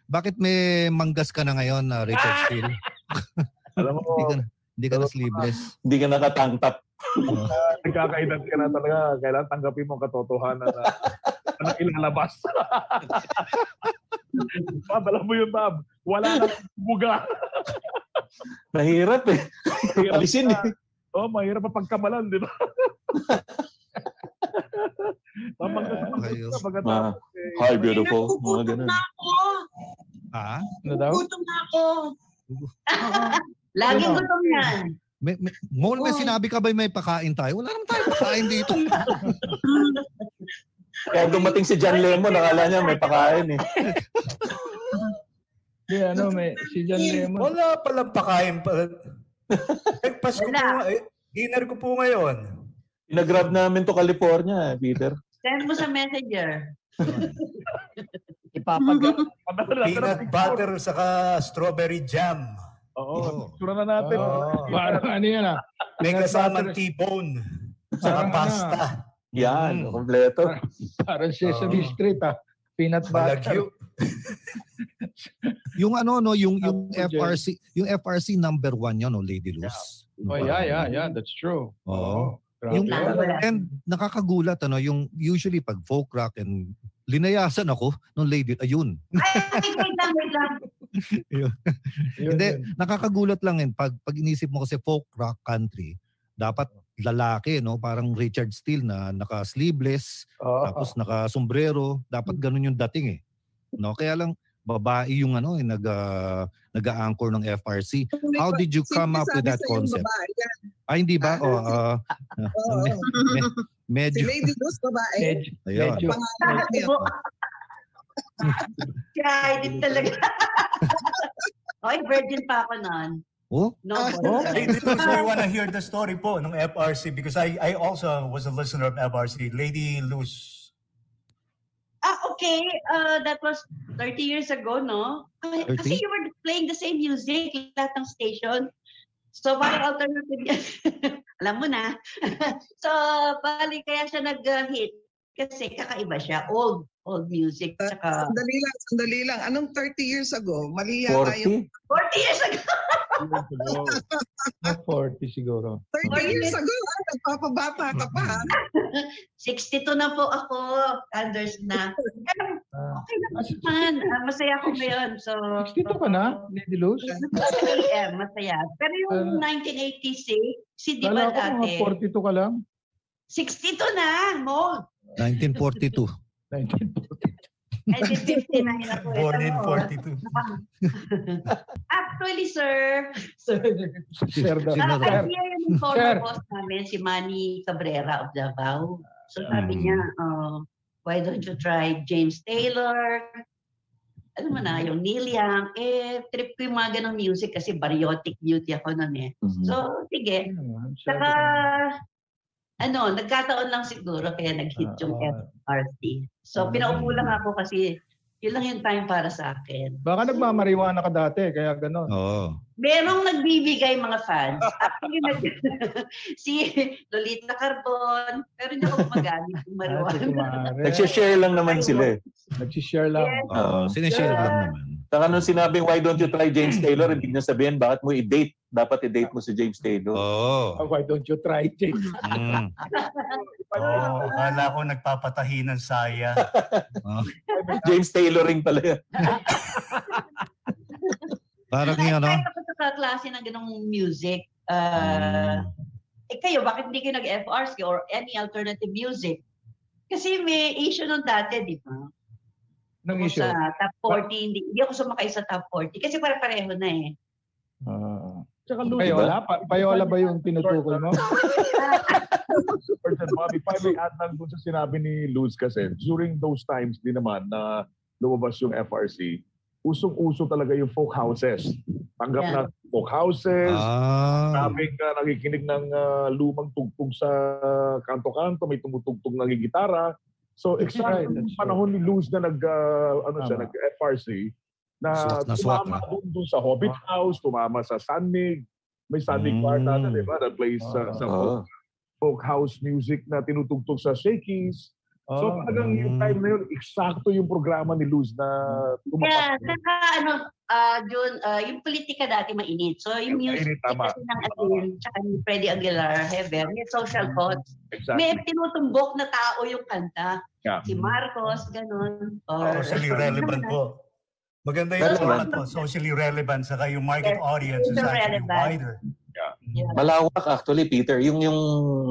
A: bakit may manggas ka na ngayon, na Richard
G: <laughs>
A: Steele?
G: Alam mo,
A: hindi ka na, hindi ka na sleeveless.
M: Hindi ka nakatangtap.
G: uh, nagkakaedad ka na talaga. Kailangan tanggapin mo ang katotohanan na, na <laughs> ilalabas. Bob, alam mo yun, Bob. Wala na buga.
M: Mahirap eh.
G: Mahirap
M: Alisin
G: na. Oh, mahirap pa pagkamalan, di ba? <laughs> Pamangkas na ka
M: Mga,
G: pagkatapos. eh.
M: hi, beautiful. Mga ganun.
N: Ako,
A: Ha?
I: Ano daw?
N: gutom na
F: <laughs>
N: ako.
F: Laging gutom yan.
A: Ano?
F: Oh.
A: May, may, Mon, may
N: Oo.
A: sinabi ka ba may pakain tayo? Wala naman tayo pakain
G: <laughs>
A: dito.
M: Kaya dumating eh. si John Lemon, nakala niya may pakain eh.
I: Di, ano, may, si John Lemon.
E: Wala palang pakain
B: <laughs>
E: pala. Breakfast ko po, eh, dinner ko po ngayon.
M: Pinagrab namin to California, eh, Peter.
O: Send mo sa messenger.
B: <laughs>
P: Ipapag-
E: Peanut butter saka strawberry jam.
G: Oo, sura na natin.
E: Oo.
I: Parang ano yan ah.
E: May
I: Peanut
E: kasamang
I: butter.
E: T-bone.
I: Parang
E: Saka
I: ano,
E: pasta. Hmm.
M: Yan, kompleto.
E: Ah,
I: Parang Sesame
E: Oo.
I: Street ah. Peanut butter.
E: Malagyo.
A: yung ano, no, yung, yung
I: Ako, Jen.
A: FRC, yung FRC number one yun, no, Lady Luz. Diba?
I: Oh, yeah, yeah,
E: Mm.
I: yeah. That's true.
A: Oo.
I: Grabe
A: Yung-
I: yun.
A: And nakakagulat, ano, yung usually pag folk rock and linayasan ako nung Lady, ayun. <laughs>
O: Ay, wait lang, wait lang.
I: Yun,
A: Hindi,
I: yun.
A: nakakagulat lang yun. Pag, pag inisip mo kasi folk rock country, dapat lalaki, no? Parang Richard Steele na naka-sleeveless,
I: Oo.
A: tapos naka-sombrero. Dapat ganun yung dating eh. No? Kaya lang, babae yung ano, eh, nag, ah, nag-a-anchor ng FRC. How did you come up with that concept? Ay, hindi ba? O, ah, ah,
Q: Oo.
A: me- <laughs> me-
Q: Si
A: medyo.
Q: Lady Luz, babae.
I: Medyo,
A: Ayun.
I: medyo.
Q: Pangalan niya.
O: Kaya, hindi <laughs> talaga. Oy, virgin pa ako noon.
A: Oh,
O: No,
Q: Oh.
E: Lady Luz, I want to hear the story po ng FRC because I, I also was a listener of FRC. Lady Luz.
O: Ah, okay. Uh, that was 30 years ago, no? Ay,
A: 30?
O: Kasi you were playing the same music, lahat ng station. So, parang alternative yan. <laughs> Alam mo na. <laughs> so, bali kaya siya nag-hit. Kasi kakaiba siya. Old, old music. Tsaka,
K: Sandali lang, sandali lang. Anong 30 years ago? Mali yata yung...
O: 40 years ago!
F: <laughs>
I: Mga 40 siguro.
K: 30 years ago, ah, nagpapabata ka pa.
O: <laughs>
K: ah.
O: 62 na po ako. Anders na. Pero, okay lang naman. Ah, masaya ako ngayon. So,
I: Dito ka na, Lady Luz?
O: yeah, masaya. Pero yung 1986, si Di ba
I: Kala ko mga
O: dati?
I: 42 ka lang.
O: 62 na, mold.
A: 1942.
O: I
A: <laughs>
O: did 59 ako. eh.
A: Born in
O: Tama, oh.
A: 42.
O: <laughs> Actually, sir, sir,
A: Sir daw.
O: parang
A: Sir.
O: idea yung former
A: Sir.
O: boss namin, si Manny Cabrera of Davao. So
A: Mm.
O: sabi niya, uh, why don't you try James Taylor? Alam mo na, yung Neil Young. Eh, trip ko yung mga ganong music kasi bariotic beauty ako nun eh.
A: Mm-hmm.
O: So, sige. Saka, ano, nagkataon lang siguro kaya nag-hit yung FRT. So, pinaupo lang ako kasi yun lang yung time para sa akin.
I: Baka nagmamariwana ka dati, kaya gano'n.
A: Oo.
O: Merong nagbibigay mga fans. Actually, nag <laughs> si Lolita Carbon, pero hindi ako gumagamit ng marijuana.
B: Nagsishare lang naman sila eh.
I: Nagsishare lang.
E: Ah,
B: Oo,
A: sinishare lang naman.
B: Saka nung sinabing, why don't you try James Taylor, ibig niya sabihin, bakit mo i-date? Dapat i-date mo si James Taylor.
A: Oo.
I: Ah, Why don't you try James?
E: Hmm.
I: Oh,
E: Oo, akala ko nagpapatahi ng saya.
A: Ah.
B: James Tayloring pala yan.
A: Parang yung ano,
O: Kahit ako sa klase ng ganong music, uh,
G: Hmm.
O: eh kayo, bakit hindi kayo nag-FRC or any alternative music? Kasi may issue nung dati, di ba?
I: Nang
O: Ako
I: issue?
O: Sa top 40, hindi, hindi ako sumakay sa top 40 kasi pare-pareho na eh.
I: Ah.
O: Tsaka
I: Payola? Pa- payola ba yung tinutukoy mo?
G: Person Bobby, if I may add lang dun sa sinabi ni Luz kasi, during those times din naman na lumabas yung FRC, usong-uso talaga yung folk houses. Tanggap
O: Yeah.
G: na folk houses,
A: Ah.
G: sabi ka nakikinig ng ah, lumang tugtog sa kanto-kanto, may tumutugtog na gitara. So,
I: That's right,
G: exactly yung
I: that's
G: panahon ni Luz na nag, ah, ano siya,
I: Tama.
G: nag-FRC, na
A: Swak na swak,
G: tumama
A: ah.
G: dun, dun sa Hobbit
I: Ah.
G: House, tumama sa Sanig, may Sanig Bar na,
A: Mm.
G: di ba? That plays ah, sa
B: Ah.
G: folk folk house music na tinutugtog sa shakies. So
I: Ah.
G: talagang yung
A: mm.
G: time na yun, eksakto yung programa ni Luz na
O: Yeah,
G: tumapat.
O: saka ano, ah Jun, ah, yung politika dati mainit. So yung
G: Mainit,
O: music
G: tama.
O: kasi ng Atin, tsaka ni Freddy Aguilar, Heber, may social cause.
G: Hmm, Exactly. Hmm.
O: May tinutumbok na tao yung kanta.
G: Yeah.
O: Si Marcos, ganun. Oh, Or, <laughs>
E: Socially relevant po. Maganda yung
O: That's right.
E: format po. Socially relevant. Saka yung market
O: Yes,
E: audience is
O: social
E: actually
O: relevant.
E: wider.
B: Malawak actually, Peter. Yung yung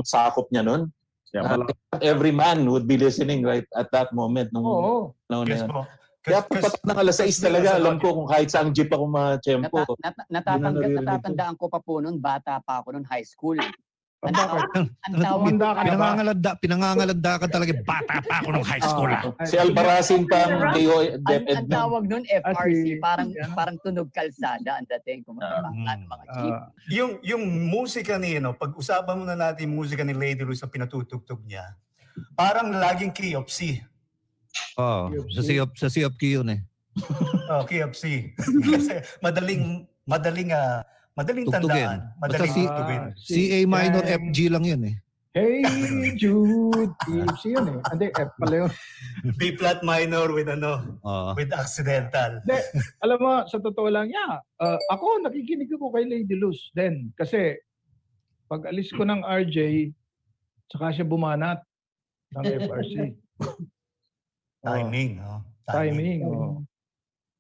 B: sakop niya nun.
G: Yeah,
B: Ah, every man would be listening right at that moment. Nung,
I: Oo.
B: nung
E: Yes
B: na-
E: po.
B: Kaya papat ng alas 6 talaga, alam ko kung kahit saang jeep ako ma-tempo.
H: Nata- nat- natatangga,
B: Hindi na naririnig ko.
H: natatandaan ko pa po noon, bata pa ako noon, high school. Ang tawag, ang tawag,
I: Tumanda ka na ba?
A: pinangangalanda, pinangangalanda ka talaga. Bata pa ako nung high school. ah.
B: Si Albarazin pa ang DO
H: ang,
B: DepEd
H: ang
B: na.
H: tawag noon
I: Ah, si-
H: FRC, parang
I: si ano?
H: parang tunog kalsada ang dating kung mga, mga, mga jeep.
I: Ah,
E: Hmm. Yung, yung musika ni, ano, pag-usapan muna natin yung musika ni Lady Luz sa pinatutugtog niya, parang laging key of C.
A: Oo. Sa Sea of, sa sea of Key yun eh.
E: Oh, key
A: <laughs>
E: of C. Kasi madaling, madaling, ah, madaling
A: Tugtugin.
E: tandaan.
A: Basta
E: Madaling
A: C,
E: tugtugin.
A: C, A minor, F, G lang yun eh.
I: Hey Jude,
A: <laughs>
I: EFC yun eh. Hindi, F pala
E: <laughs>
I: yun.
E: B-flat minor with ano,
A: Oo.
E: with accidental.
I: Hindi, alam mo, sa totoo lang, yeah, uh, ako, nakikinig ako kay Lady Luz then. Kasi, pag alis ko ng RJ, saka siya bumanat ng FRC. Oo,
E: Timing. Oh,
I: timing. oo.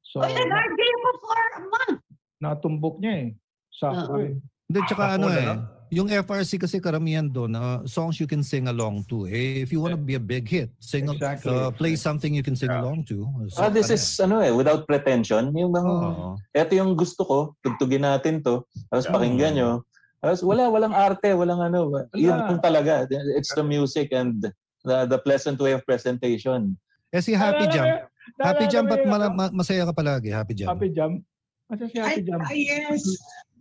I: So,
O: Oy, nag-RJ ako for a month.
I: natumbok niya eh. Sakto eh.
A: Hindi, tsaka ano
E: Cool,
A: eh.
E: ano?
A: Yung FRC kasi karamihan doon, uh, songs you can sing along to. Eh, if you wanna be a big hit, sing
I: Exactly.
A: uh, play something you can sing along to.
B: Ah,
A: So,
B: this is ano eh, without pretension. Yung mga,
A: Oo.
B: eto yung gusto ko, tugtugin natin to. Tapos
G: Yeah.
B: pakinggan nyo. Tapos wala, walang arte, walang ano. Yun
I: Wala.
B: lang talaga. It's the music and the, the pleasant way of presentation.
A: Eh si Happy
I: Naalala
A: Jam.
I: mo yun?
A: Happy
I: Naalala
A: Jam,
I: mo
A: ba't
I: yun,
A: mala-
I: ano?
A: ma- masaya ka palagi? Happy Jam.
I: Happy Jam? Kasi si Happy
F: Ay,
I: Jam,
F: ah, yes.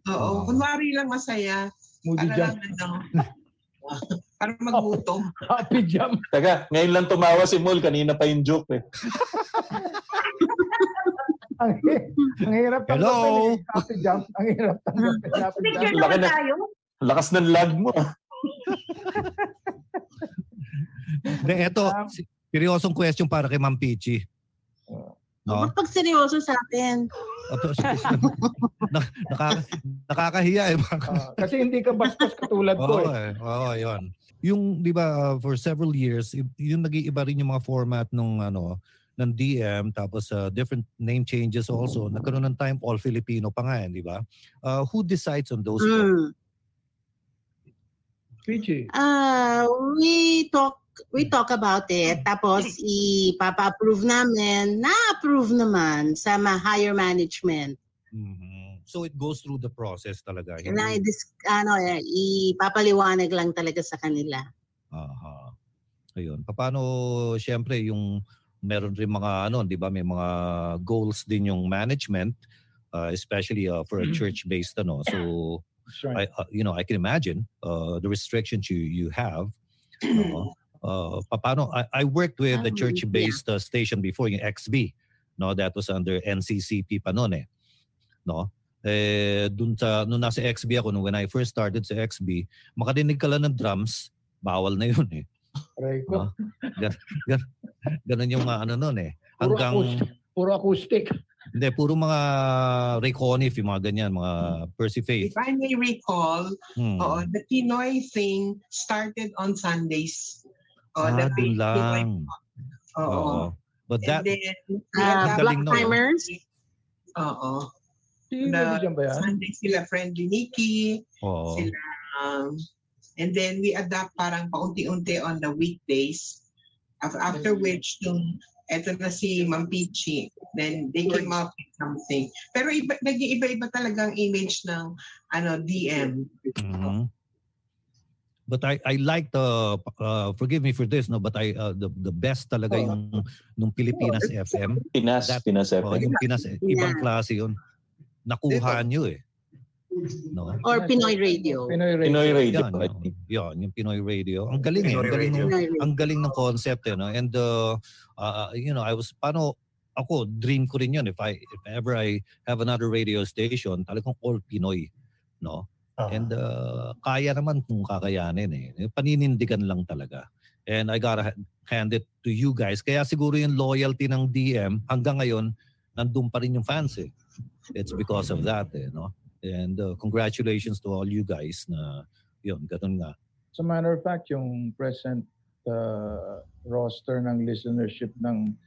A: Ah.
F: Oo, kunwari lang masaya.
I: Moody
F: Para
I: Jam.
F: lang ano. para magutom.
I: <laughs> Happy Jam.
B: Taga, ngayon lang tumawa si Mul, kanina pa yung joke eh.
I: Ang, hi- ang hirap tanggapin
A: Hello?
I: eh. Happy Jam. Ang hirap tanggapin. Happy Jam.
O: Picture
B: Laki
O: naman
B: na-
O: tayo.
B: Lakas ng lag mo.
A: De, eto, si- seryosong question para kay Ma'am Pichi. No?
D: Pag seryoso sa atin. <laughs>
A: Nak- nakaka- nakakahiya eh.
I: Kasi hindi ka bastos katulad ko.
A: Oo,
I: eh.
A: eh. Oo, yun. Yung, di ba, uh, for several years, i- yung nag-iiba rin yung mga format nung, ano, ng DM, tapos uh, different name changes also. Nagkaroon ng time, all Filipino pa nga, eh, di ba? Uh, who decides on those?
D: Mm.
I: Pichi.
D: Ah, we talk we talk about it
A: <laughs>
D: tapos ipapa-approve namin na-approve naman sa ma- higher management
A: So it goes through the process talaga.
D: na i-dis- ano eh, ipapaliwanag lang talaga sa kanila
A: Aha. Ayun. Paano, syempre, yung meron rin mga ano, di ba, may mga goals din yung management, uh, especially uh, for a church-based ano. So, I, uh, you know, I can imagine uh, the restrictions you you have. no? Uh, paano, I, I worked with a
J: Um,
A: church-based uh, station before, yung XB. No, that was under NCCP pa noon eh. No? Eh, dun sa, nung nasa XB ako, nung when I first started sa XB, makadinig ka lang ng drums, bawal na yun eh.
I: Aray ko.
A: Gan, gan, ganun yung mga ano nun eh.
I: Puro
A: Hanggang,
I: acoustic. Puro acoustic.
A: hindi, puro mga Ray Conniff, yung mga ganyan, mga Percy Faith.
F: If I may recall,
A: Hmm.
F: oo, the Pinoy thing started on Sundays. Oo,
A: Ah,
F: the
A: dun
F: Pinoy-
A: lang. Oo. But that,
F: And then,
A: Ah, Black Timers?
F: Oo.
I: Na,
F: Sunday sila friendly Nikki.
A: Oo.
F: Sila, um, and then we adapt parang paunti-unti on the weekdays. Af- After which, yung eto na si Ma'am Pichi. Then they came up with something. Pero iba, nag-iiba-iba talaga ang image ng ano DM.
D: Mm-hmm.
A: Mhm. But I I like the uh, forgive me for this no but I uh, the the best talaga
D: Oh.
A: yung nung Pilipinas FM.
B: Pinas, Pinas FM.
A: Oh, yung Pinas eh, ibang klase yun. Nakuha niyo eh. No.
D: or Pinoy radio
B: Pinoy Radio.
A: Yan, no? Yan, yung Pinoy Radio. Ang galing eh. Ang
D: Pinoy
A: galing,
D: Radio.
A: ng, ang galing ng concept eh. No? And, uh, uh, you know, I was, paano, ako, dream ko rin yun. If, I, if ever I have another radio station, talagang all Pinoy. No? And uh, kaya naman kung kakayanin eh. Paninindigan lang talaga. And I gotta ha- hand it to you guys. Kaya siguro yung loyalty ng DM hanggang ngayon, nandun pa rin yung fans eh. It's because of that eh, no? And uh, congratulations to all you guys na yun, ganun nga.
I: As a matter of fact, yung present uh, roster ng listenership ng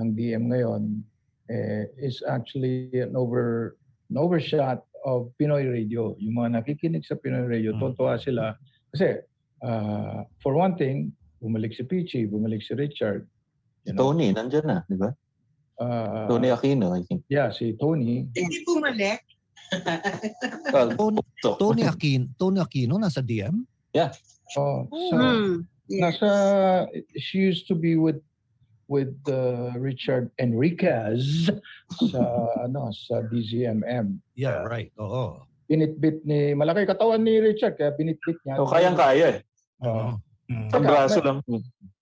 I: ng DM ngayon eh, is actually an over an overshot of Pinoy Radio. Yung mga nakikinig sa Pinoy Radio, totoo sila. Kasi uh, for one thing, bumalik si Peachy, bumalik si Richard.
B: Tony, nandyan na, di ba?
I: Uh,
B: Tony Aquino, I think.
I: Yeah, si Tony.
F: Hindi bumalik.
A: Tony, Tony Aquino, Tony Aquino nasa DM?
B: Yeah.
I: Oh, so
A: Hmm,
I: nasa Uh, she used to be with with uh, Richard Enriquez
A: <laughs>
I: sa ano sa DZMM.
A: Yeah, right. Oh. Oo.
I: Binitbit ni malaki katawan ni Richard kaya binitbit niya.
B: O, kayang-kaya eh.
I: Oo.
A: Mm.
B: Ang braso lang.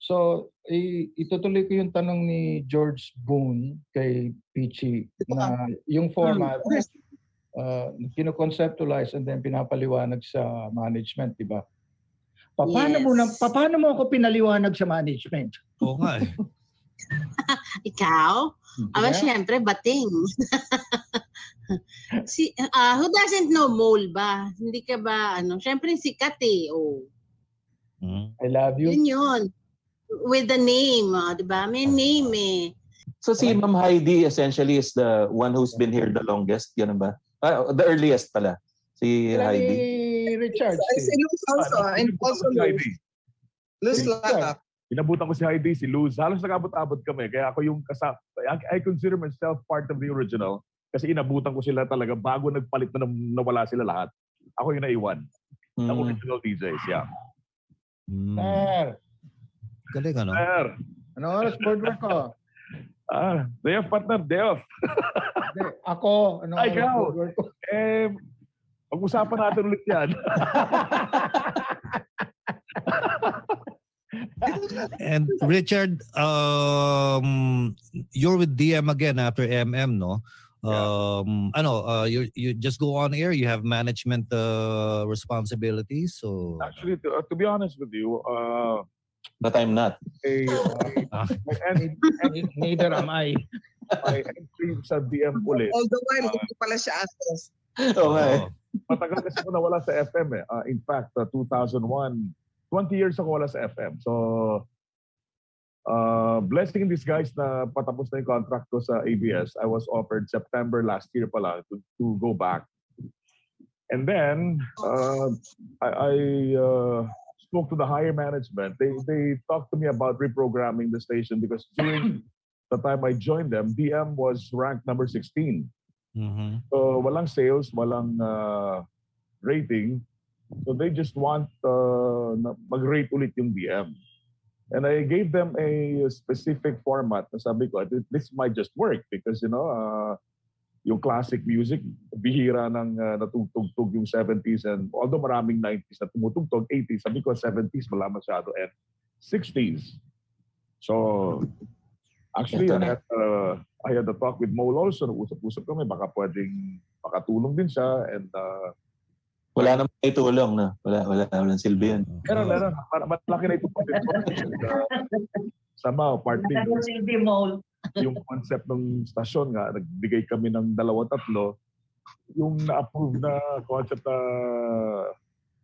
I: So, i- itutuloy ko yung tanong ni George Boone kay Peachy na yung format uh, kinoconceptualize and then pinapaliwanag sa management, di ba? Paano mo na, paano mo ako pinaliwanag sa management?
A: Oo nga eh.
D: ikaw aba
I: Yeah.
D: syempre bating <laughs> si ah, who doesn't know mole ba hindi ka ba ano syempre sikat eh oh
I: Hmm. I love you.
D: Yun yun. With the name, oh, di ba? May name eh.
B: So si Ma'am Heidi essentially is the one who's been here the longest, ganun ba? Ah, the earliest pala, si Heidi.
I: Hey, Richard.
K: Si Luz also,
F: ah,
K: and also Luz. Luz Latak.
G: Inabutan ko si Heidi, si Luz. Halos nag-abot-abot kami. Kaya ako yung kasap. I, I consider myself part of the original. Kasi inabutan ko sila talaga bago nagpalit na nam- nawala sila lahat. Ako yung naiwan. Ng original DJs, yeah.
I: Sir.
A: Mm. Galing ano?
G: Sir.
I: Ano Hmm. oras board work ko?
G: Ah, day off, partner. Day off.
I: Ako, ano oras
G: Ay, ikaw.
I: board work ko?
G: Eh, pag-usapan natin ulit yan.
A: And Richard, um, you're with DM again after MM, no? Um, I know uh, you you just go on air. You have management uh, responsibilities, so
G: Actually, to, uh, to be honest with you, uh,
B: But I'm not.
G: a, uh, my en- en-
I: Ah. Neither am I.
G: my entry sa DM ulit. Ah.
K: All the while, hindi pala siya actress.
B: Okay.
G: Matagal kasi ako nawala sa FM eh. Uh, in fact, uh, 2001, 20 years ako wala sa FM. So, uh, blessing in disguise na patapos na yung contract ko sa ABS. I was offered September last year pala to, to go back. And then, uh, I, I uh, spoke to the higher management. They, they talked to me about reprogramming the station because during the time I joined them, DM was ranked number 16.
A: Mhm.
G: So walang sales, walang uh, rating. So they just want uh, na- mag-rate ulit yung DM. And I gave them a specific format na sabi ko, "Th- this might just work because, you know, uh, yung classic music, bihira ng uh, natugtugtog yung 70s and although maraming 90s na tumutugtog, 80s, sabi ko 70s wala masyado and 60s. So, Actually, I
B: Ito na.
G: had, uh, I had a talk with Mo Lawson. Usap-usap kami, baka pwedeng makatulong din siya. And uh,
B: Wala naman may tulong, no? Wala, wala, wala silbi yun.
I: Hmm.
G: meron, meron. Mar- Malaki na itong And, uh, somehow, partly,
O: Talagang silbi mo.
G: yung concept ng stasyon nga, nagbigay kami ng dalawa-tatlo. Yung na-approve na concept na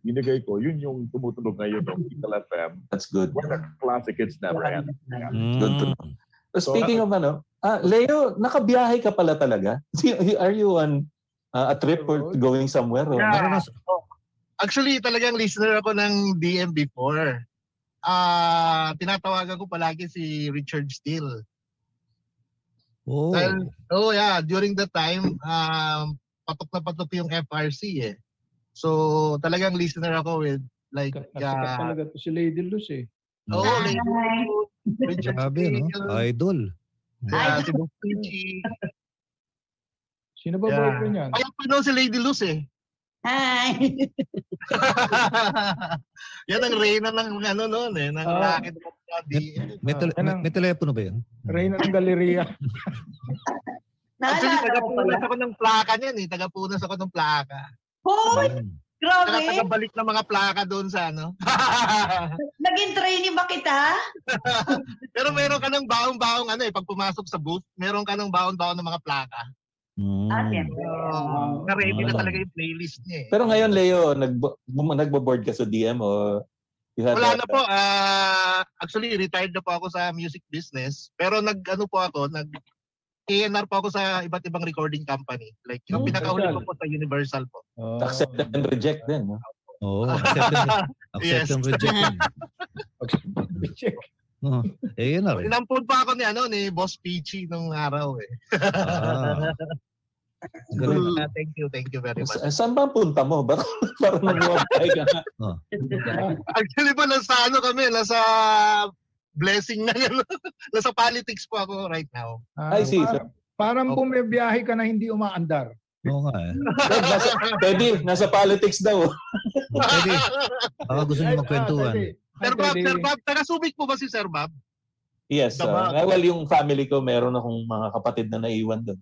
G: binigay ko, yun yung tumutunog ngayon ng Vital FM.
B: That's good.
G: Where the classic hits never end.
I: Hmm.
B: Good to know. So, speaking of ano, ah, Leo, nakabiyahe ka pala talaga? <laughs> Are you on uh, a trip or going somewhere? Or?
J: Yeah. Oh. Actually, talagang listener ako ng DM before. Ah, tinatawagan ko palagi si Richard Steele.
A: Oh.
J: Dahil- oh yeah, during the time, um, patok na patok yung FRC eh. So, talagang listener ako with like
I: Sikat
J: uh,
I: talaga to si Lady Luz eh.
J: oh, like,
A: Ah.
J: Richard
A: Grabe, no?
J: Steele.
A: Idol.
J: Yeah, si Bob Pinchy.
I: Sino ba
J: Yeah.
I: boyfriend niyan?
J: Kaya pa daw si Lady Luz eh.
O: Hi!
J: <laughs> Yan ang reyna ng ano noon eh, ng
O: Oh.
I: Ah.
J: racket ng mga DM.
A: May, tel-
I: Ah, yan
A: may,
I: ang-
A: may telepono ba yan?
I: Reyna ng Galeria.
J: Actually,
O: Naalala ko pala.
J: taga-punas ako ng plaka niyan eh. Taga-punas ako ng plaka.
O: Hoy!
J: Saka
O: Grabe!
J: taga-balik ng mga plaka doon sa ano. <laughs>
O: Naging trainee ba kita?
J: Pero meron ka ng baong-baong ano eh. Pag pumasok sa booth, meron ka ng baon-baon ng mga plaka.
O: Ah, siyempre.
J: Oh, na-ready na talaga yung playlist niya eh.
B: Mm. Pero ngayon, Leo, nagbo- bum- nagbo-board ka sa DM o you had
J: Wala
B: a-
J: na po. ah, actually, retired na po ako sa music business. Pero nag-ano po ako, nag A&R po ako sa iba't ibang recording company. Like, yung
A: Oh,
B: Hmm,
J: pinakahuli ko
B: Universal.
J: po sa Universal po.
B: accept and reject din. No?
J: <laughs>
A: Oo, Oh, accept and, accept
J: Yes.
A: and reject.
J: <laughs>
A: yun. Oo. <laughs> Eh, yun na rin.
J: Inampun pa ako ni ano ni Boss Peachy nung araw eh. <laughs>
A: Ah. Ganun.
J: Ah, thank you, thank you very much.
B: Sa- saan ba ang punta mo? <laughs> Bakit parang nag-apply ka nga?
A: ah.
J: <laughs> Actually po nasa ano kami, nasa blessing na ano. <laughs> nasa politics po ako right now.
I: Ah,
B: I see,
I: Parang, parang
A: Oh.
I: bumibiyahe ka na hindi umaandar.
A: Oo nga eh.
B: Dad, nasa, Teddy, nasa politics daw.
A: Pwede. Oh, Baka gusto niyo magkwentuhan.
J: <laughs> Sir Bob, Sir Bob, taga Subic po ba si Sir Bob?
B: Yes.
J: Tama.
B: ah, well, yung family ko, meron akong mga kapatid na naiwan doon.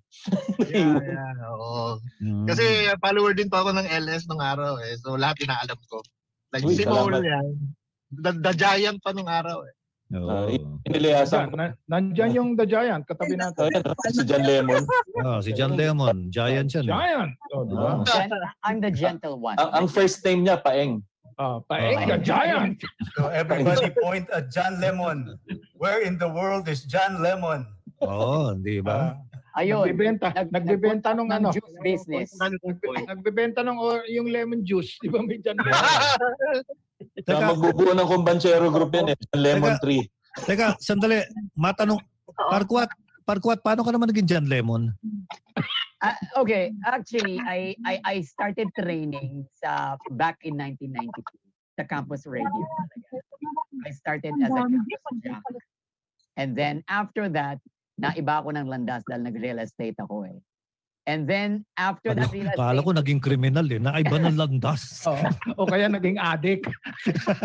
J: Yeah, yeah, oo.
A: Mm.
J: Kasi follower din po ako ng LS nung araw eh. So lahat inaalam ko. Like
B: Uy,
J: si Maul
B: salamat.
J: yan. The, the Giant pa nung araw eh.
B: Uh,
I: Nandyan, na- nandyan yung The Giant, katabi natin.
B: si John Lemon.
A: Ah, si John Lemon. Giant yan. eh.
I: Giant! Oh, di ba?
B: Ah.
H: Gen- I'm the gentle one.
B: Ang,
A: Ah,
B: ang first name niya, Paeng.
I: Ah,
A: Oh
I: paeng The Giant!
E: So everybody point at John Lemon. Where in the world is John Lemon?
A: Oo, Oh, di ba?
H: Ayun.
I: Nagbebenta. Nagbebenta nung ano.
H: Juice business.
I: Nagbebenta nung or- yung lemon juice. <laughs> Di ba may John Lemon?
B: Teka,
A: Teka,
B: magbubuo ng kumbansero group yan eh.
I: Ah.
B: John Lemon
A: Teka.
B: Tree.
A: teka, sandali. Matanong. Parkwat, Parkwat, paano ka naman naging John Lemon?
H: Ah, okay, actually, I, I I started training sa back in 1992 sa campus radio. talaga. I started as a campus jock. And then after that, naiba ako ng landas dahil nag-real estate ako eh. And then after that real estate,
A: Kala ko naging kriminal eh. Naiba ng landas.
I: <laughs> Oo. O kaya naging addict.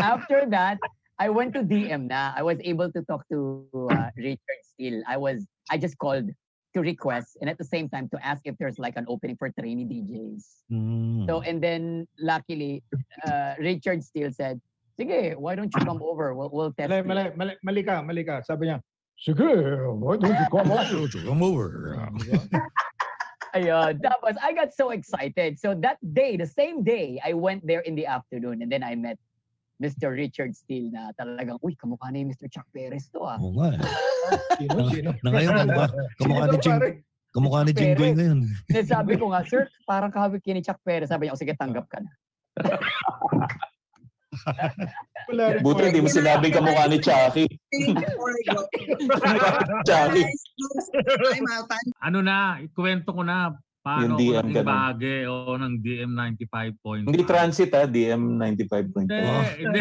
H: after that, I went to DM na. I was able to talk to uh, Richard Steele. I was I just called to request and at the same time to ask if there's like an opening for trainee DJs.
E: Mm. Hmm.
H: So and then luckily, uh, Richard Steele said, "Sige, why don't you come over? We'll, we'll test."
I: Mali,
H: it."
I: mali, mali, mali ka, mali ka. Sabi niya, sige, why don't you come over?
A: Come over.
H: Ayun, that was I got so excited. So that day, the same day, I went there in the afternoon and then I met Mr. Richard Steele na talagang, uy, kamukha na yung Mr. Chuck Perez to ah.
A: Oo nga. eh.
I: Sino, sino?
A: Na ngayon, kamukha, kamukha ni Jing, kamukha ni Jinggoy ngayon.
H: Then sabi ko nga, sir, parang kahawik yun ni Chuck Perez. Sabi niya, o sige, tanggap ka na.
B: Buti hindi mo sinabi kamukha ni Chucky. <laughs> Chucky.
C: ano na, ikwento ko na paano ako
B: Yung DM ka
C: naging
B: na.
C: bahagi o ng DM 95.5.
B: Hindi transit ah, ha, DM 95.2.
C: Hindi.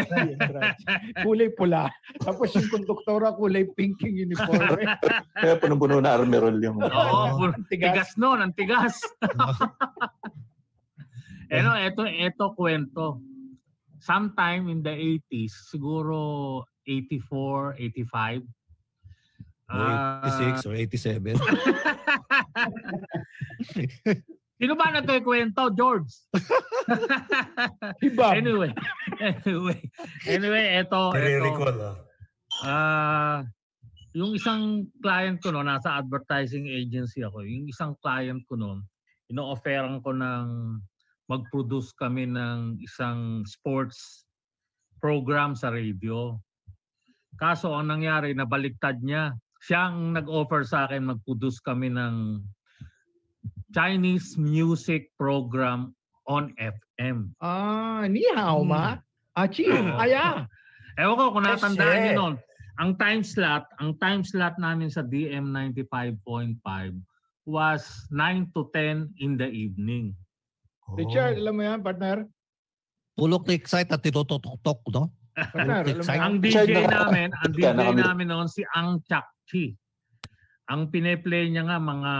I: kulay pula. Tapos yung konduktora kulay pink yung
C: <laughs>
I: uniform.
B: Kaya punong-puno na armerol yung...
C: Oo, puro- tigas noon, ang tigas. Ano, eto, eto kwento. Sometime in the 80s, siguro 84, 85.
A: Oh,
C: ah,
A: 86 or 87.
C: Sino ba nagkikwento? George. <laughs>
I: Iba.
C: Anyway. Anyway. Anyway, eto. eto.
E: Nare-recall, ah.
C: Ah, yung isang client ko noon, nasa advertising agency ako. Yung isang client ko noon, ino-offeran ko ng mag-produce kami ng isang sports program sa radio. Kaso ang nangyari, nabaliktad niya. Siya ang nag-offer sa akin, mag-produce kami ng Chinese music program on FM.
I: ah, ni hao ma. Achi,
C: Oo.
I: aya.
C: Ah. Ewan ko kung natandaan
I: Kasi-
C: niyo noon. Ang time slot, ang time slot namin sa DM 95.5 was 9 to 10 in the evening.
I: Oh. Richard, alam mo yan, partner?
A: Tulok na excite at titotok-tok, no?
I: Partner, alam mo yan?
C: Ang DJ
B: <laughs>
C: namin, ang DJ namin noon si Ang Chakchi. Ang pineplay niya nga mga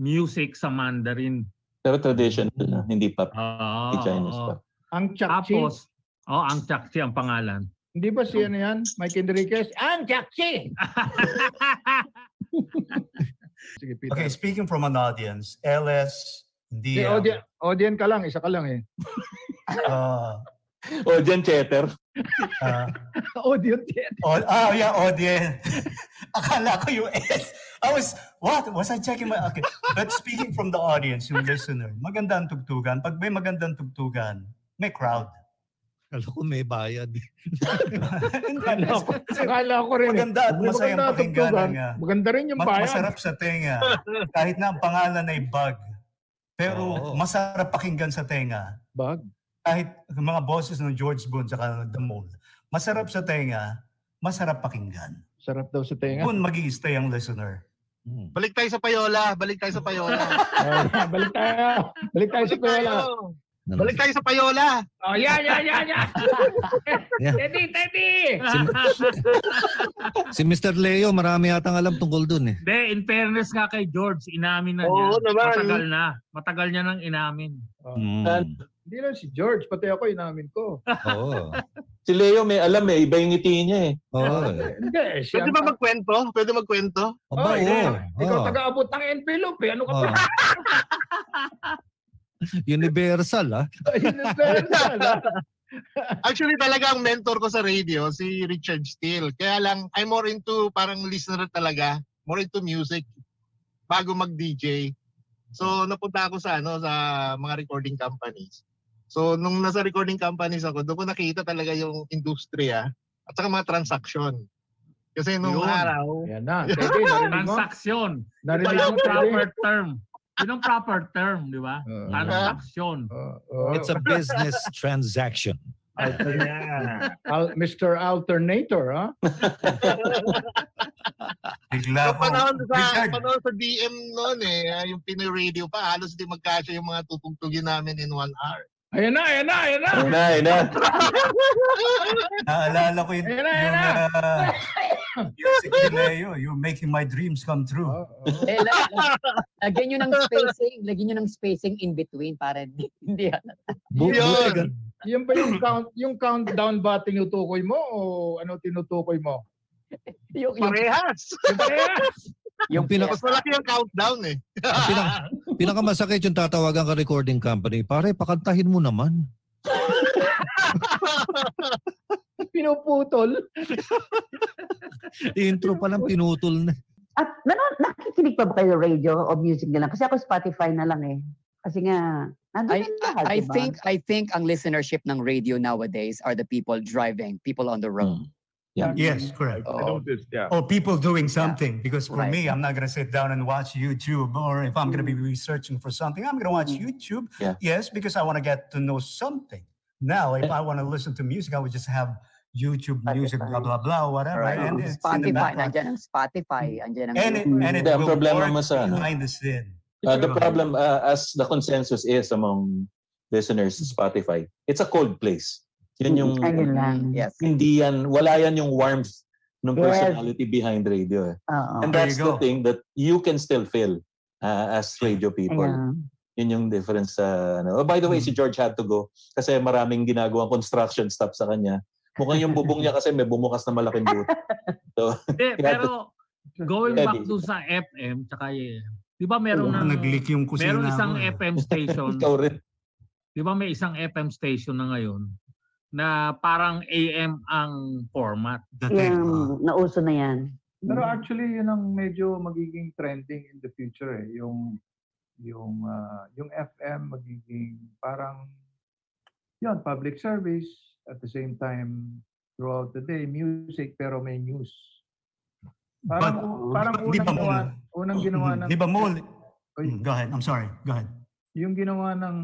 C: music sa Mandarin.
B: Pero traditional na, hindi pa.
C: Oo.
B: Hindi Chinese pa.
I: Ang Chakchi.
C: Tapos, oh, Ang Chakchi ang pangalan.
I: Hindi ba siya na yan? Mike Enriquez? Ang
C: <laughs>
I: Chakchi!
E: Okay, speaking from an audience, LS,
I: Di,
E: DM.
I: audience, audience ka lang, isa ka lang eh.
E: Uh,
B: Audience chatter.
E: uh,
I: <laughs> audience
E: oh, oh, yeah, audience. <laughs> Akala ko yung S. I was, what? Was I checking my, okay. But speaking from the audience, yung listener, maganda ang tugtugan. Pag may magandang tugtugan, may crowd.
A: Alam ko may bayad.
I: Akala ko rin. eh.
E: Maganda at
I: Hindi
E: masayang
I: maganda ang
E: pakinggan
I: tugtugan.
E: ang, ah,
I: Maganda rin yung
E: Mas-
I: bayan.
E: Masarap sa tenga. Kahit na ang pangalan ay bug. Pero masarap pakinggan sa tenga.
I: Bug?
E: Kahit ang mga boses ng George Boone sa The Mole. Masarap sa tenga, masarap pakinggan.
I: Sarap daw sa tenga.
E: Kung mag stay ang listener.
J: Balik tayo sa payola. Balik tayo sa payola.
I: Ah, balik tayo. Balik tayo sa pera.
J: Balik tayo sa payola.
I: Oh, yan, yan, yan, yan.
A: <laughs> Yeah.
I: Teddy, Teddy!
A: Si Mr. Leo, marami yatang alam tungkol dun eh.
C: <laughs> De, in fairness nga kay George, inamin na niya.
A: Oo naman.
C: Matagal na. Matagal niya nang inamin.
B: Ano?
A: Mm.
I: Hindi lang si George, pati ako inamin
E: <laughs>
I: ko.
A: Oo.
B: Si Leo may alam eh, iba yung ngiti niya eh.
A: Oo.
I: Hindi, Eh, siya.
J: Pwede ba magkwento? Pwede magkwento?
I: Oh, ikaw, ikaw taga-abot ng envelope eh. Ano ka pa?
A: Universal ah.
J: <laughs> Actually, talaga ang mentor ko sa radio, si Richard Steele. Kaya lang, I'm more into parang listener talaga. More into music. Bago mag-DJ. So, napunta ako sa, ano, sa mga recording companies. So, nung nasa recording companies ako, doon ko nakita talaga yung industriya at saka mga transaction. Kasi nung
C: Yun.
J: araw...
I: Yan na.
C: Transaksyon.
I: Narinig
C: Ito yung
I: mo, Teddy?
C: proper term. Yun ang proper term, di ba?
I: Uh,
C: Transaksyon.
I: Oh.
A: It's a
I: <laughs>
A: business transaction.
I: Alternate. Al- Mr. Alternator, ha?
E: Bigla ko.
J: Panahon sa, panahon sa DM noon eh, ah, yung Pinoy Radio pa, halos di magkasya yung mga tutugtugin namin in one hour.
I: Ayan na, ayan na, ayan na!
B: Ayun na, ayun na.
E: Naalala ko yun.
I: Ayan na, ayan
E: yung,
I: na!
E: ah, music ni Leo, you're making my dreams come true.
H: Eh, la- la- lagyan nyo ng spacing. Lagyan nyo ng spacing in between para hindi, hindi halata.
I: <laughs> Yun. Yun ba yung, count, yung countdown ba tinutukoy mo o ano tinutukoy mo?
H: Yung, <laughs>
J: Parehas!
I: Yung parehas!
A: Yung pinaka-
J: Mas malaki ang countdown eh.
A: pinaka- Pinakamasakit yung tatawagan ka recording company. Pare, pakantahin mo naman.
I: <laughs> Pinuputol.
A: Intro pa lang pinutol na.
R: At nanon, nakikinig pa ba kayo radio o music na lang? Kasi ako Spotify na lang eh. Kasi nga, nandun
H: I,
R: na yung lahat,
H: I
R: diba?
H: think I think ang listenership ng radio nowadays are the people driving, people on the road.
E: Yes, correct.
G: yeah.
E: Or people doing something. Because for
H: Right.
E: me, I'm not going to sit down and watch YouTube. Or if I'm going to be researching for something, I'm going to watch YouTube.
B: Yeah.
E: Yes, because I want to get to know something. Now, if I want to listen to music, I would just have YouTube music, blah, blah, blah, whatever.
H: Right.
E: And it's in
H: Spotify,
E: the background. Hmm.
H: nandiyan ang Spotify, nandiyan ang
E: And it,
H: YouTube.
E: and it
B: Hindi, ang
E: will
B: problema
E: work
B: mo sa ano?
E: behind the scene.
B: Uh, the problem, uh, as the consensus is among listeners to Spotify, it's a cold place. Yun yung,
R: Mm-hmm. Ayun lang.
H: Yes.
B: hindi yan, wala yan yung warmth ng
R: Yes.
B: personality behind radio. eh.
R: Oo.
B: And that's the thing that you can still feel uh, as radio people.
R: Ayan. Mm.
B: Yun yung difference sa ano. Oh, by the way, si George had to go kasi maraming ginagawang construction stuff sa kanya. Mukhang yung bubong niya kasi may bumukas na malaking
R: <laughs>
B: buto. So,
C: Hindi,
B: <laughs> he had to-
C: pero going
B: Steady.
C: back dun sa FM tsaka AM, di ba meron
E: Oo,
C: na
E: nag-leak yung kusina
C: meron isang
E: ko eh.
B: <laughs>
C: FM station.
B: Ikaw rin.
C: Di ba may isang FM station na ngayon na parang AM ang format.
R: Yung nauso na yan.
E: Mm.
I: Pero actually, yun ang medyo magiging trending in the future eh. Yung, yung, ah, yung FM magiging parang, yun, public service. At the same time, throughout the day, music pero may news. Parang,
E: But-
I: u- parang
E: but
I: unang,
E: di ba
I: ginawa,
E: muna?
I: unang ginawa ng...
E: Di ba Mol? Mm, Go ahead. I'm sorry. Go ahead.
I: Yung ginawa ng...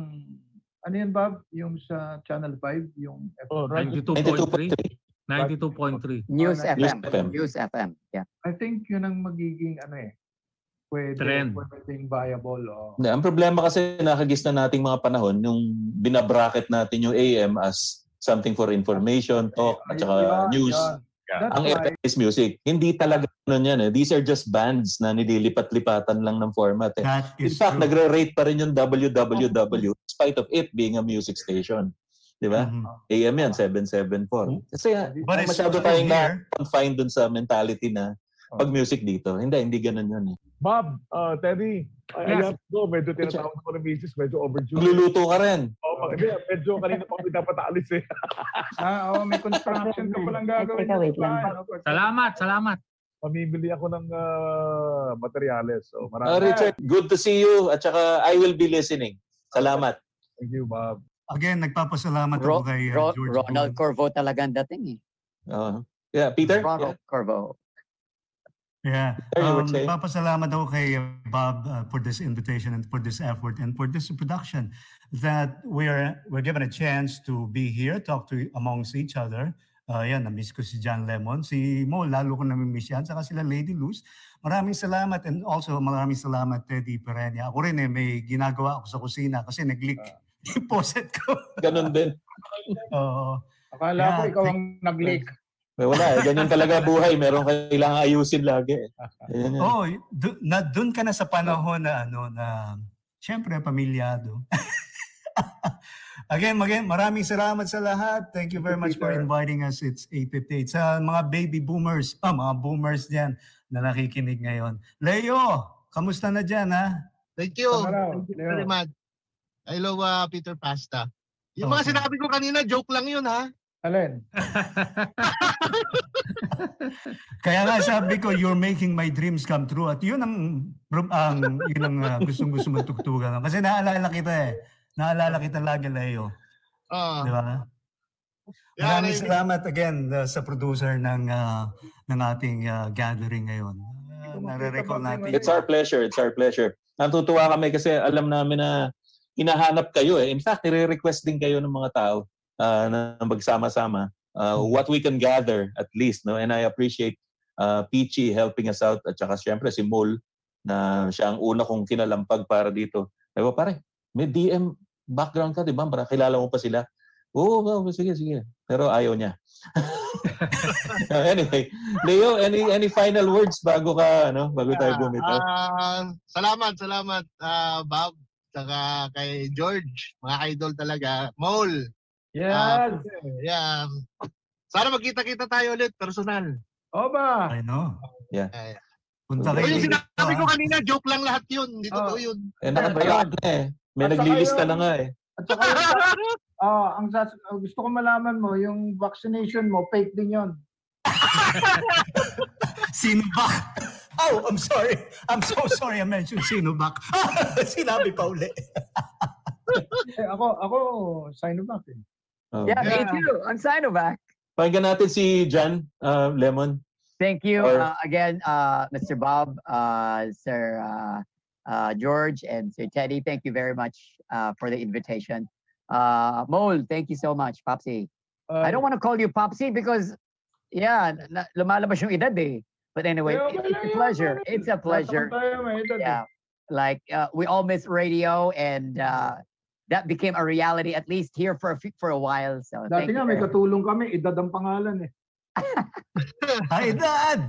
I: Ano yan, Bob? Yung sa Channel 5? Yung FM?
C: Oh, 92.3. 92.3.
H: News
I: Ah,
H: FM.
I: News FM.
H: News FM. Yeah.
I: I think yun ang magiging ano eh. Pwede,
H: Trend.
I: pwedeng viable. Oh.
B: Hindi, ang problema kasi nakagis na nating mga panahon yung binabracket natin yung AM as something for information, talk, at saka
I: Ayun,
B: news.
I: yun. That's
B: Ang
I: why-
B: FM is music. Hindi talaga ganun yan eh. These are just bands na nililipat-lipatan lang ng format eh.
E: That
B: In
E: is
B: fact,
E: true.
B: nagre-rate pa rin yung WWW in spite of it being a music station. Di ba?
E: Mhm.
B: AM yan, 774. Kasi ah,
E: Oh. But it's
B: masyado
E: still
B: tayong
E: here.
B: na-confine dun sa mentality na pag music dito. Hindi, hindi ganun yun eh.
G: Bob, uh, Teddy, I, I
B: Yes.
G: have to go. Medyo tinatawag ko ng misis, medyo overdue.
B: Magluluto ka rin.
G: Oo, oh, hindi, medyo kanina pa ako dapat alis eh.
I: Ah, oh, may construction ka palang gagawin.
G: Teka, wait lang.
I: Ah, ano,
C: Salamat, salamat.
G: Mamibili ako ng ah, materyales. So, marami.
B: Ah, Richard, good to see you. At saka, I will be listening. Salamat.
G: Thank you, Bob.
E: Oh. Again, nagpapasalamat
H: Ro-
E: ako kay uh,
H: Ro-
E: George.
H: Ronald Corvo talaga ang dating eh.
B: Uh, yeah, Peter?
H: Ronald Corvo.
E: Yeah.
B: Sir, you
E: Um,
B: would say?
E: nagpapasalamat ako kay uh, Bob uh, for this invitation and for this effort and for this production that we're we're given a chance to be here, talk to amongst each other. Uh, yan, na-miss ko si John Lemon. Si Mo, lalo ko nami-miss yan. Saka sila Lady Luz. Maraming salamat and also maraming salamat Teddy Perenya. Ako rin eh, may ginagawa ako sa kusina kasi nag-leak yung faucet ko.
B: Ah. Ganun din.
E: <laughs> Oo.
I: Akala ko ikaw ang nag-leak.
B: Eh, Wala eh. Ganyan talaga buhay. Meron kailangan ayusin lagi eh. Ayan yan.
E: Oo, Oh, y- du- na doon ka na sa panahon na ano na syempre pamilyado. <laughs> again, again, maraming salamat sa lahat. Thank you very much for inviting us. It's 8:58 sa mga baby boomers, ah, mga boomers diyan na nakikinig ngayon. Leo, kamusta na diyan ha?
J: Thank you.
E: Tamaraw,
J: Thank you
E: Leo.
J: very much. Hello, uh, Peter Pasta. Yung
E: Okay.
J: mga sinabi ko kanina, joke lang yun ha.
I: Alin?
E: Kaya nga sabi ko, you're making my dreams come true. At yun ang, ang yun ang ah, gustong-gusto mong tugtugan. Kasi naalala kita eh. Naalala kita lagi, Leo.
J: Ah.
E: Di ba?
J: Yeah, I
E: Maraming
J: mean-
E: salamat again uh, sa producer ng uh, ng ating uh, gathering ngayon. Uh, nare-recall natin.
B: It's our pleasure. It's our pleasure. Natutuwa kami kasi alam namin na hinahanap kayo eh. In fact, nire-request din kayo ng mga tao ah, na magsama-sama. Ah, what we can gather at least. no And I appreciate uh, Peachy helping us out at saka syempre si Mol na siya ang una kong kinalampag para dito. Diba pare, may DM background ka, di ba? Para kilala mo pa sila. Oo, oh, sige, sige. Pero ayaw niya. <laughs> anyway, Leo, any any final words bago ka ano, bago tayo bumitaw?
J: Ah, salamat, salamat ah, Bob. Saka kay George, mga idol talaga. Maul. Ah,
I: Yes.
J: yeah. Sana magkita-kita tayo ulit, personal.
I: Oba!
E: I know.
B: Yeah.
E: Punta
J: O
E: kayo
J: yung
E: dito,
J: sinabi ko
E: ah.
J: kanina, joke lang lahat yun. Hindi totoo
I: Oh.
J: yun.
B: Eh, nakabayad na eh. May naglilista na nga eh.
I: Oh, ang sas- ang gusto ko malaman mo, yung vaccination mo, fake din yon.
E: Sinovac. <laughs> Oh, I'm sorry. I'm so sorry I mentioned Sinovac. <laughs> Sinabi pa uli.
I: Eh, ako, ako, Sinovac eh.
B: Oh.
H: Yeah, me too. I'm Sinovac.
B: Pakinggan natin si John uh, Lemon.
H: Thank you uh,
B: Or-
H: again, uh, Mr. Bob, uh, Sir uh, uh, George, and Sir Teddy. Thank you very much uh, for the invitation. Uh, Mole, thank you so much, Popsy. I don't want to call you Popsy because, yeah, na, lumalabas yung edad eh. But anyway,
I: Yeah,
H: it-
I: okay lang
H: it's a
I: yun,
H: pleasure. It's a pleasure.
I: Tatakbo eh, tayo, may edad eh.
H: Yeah, like uh, we all miss radio, and uh, that became a reality at least here for a few, for a while. So
I: Dati
H: Oh, thank you
I: nga, may
H: very-
I: katulong kami, edad ang pangalan eh.
E: Ay, edad!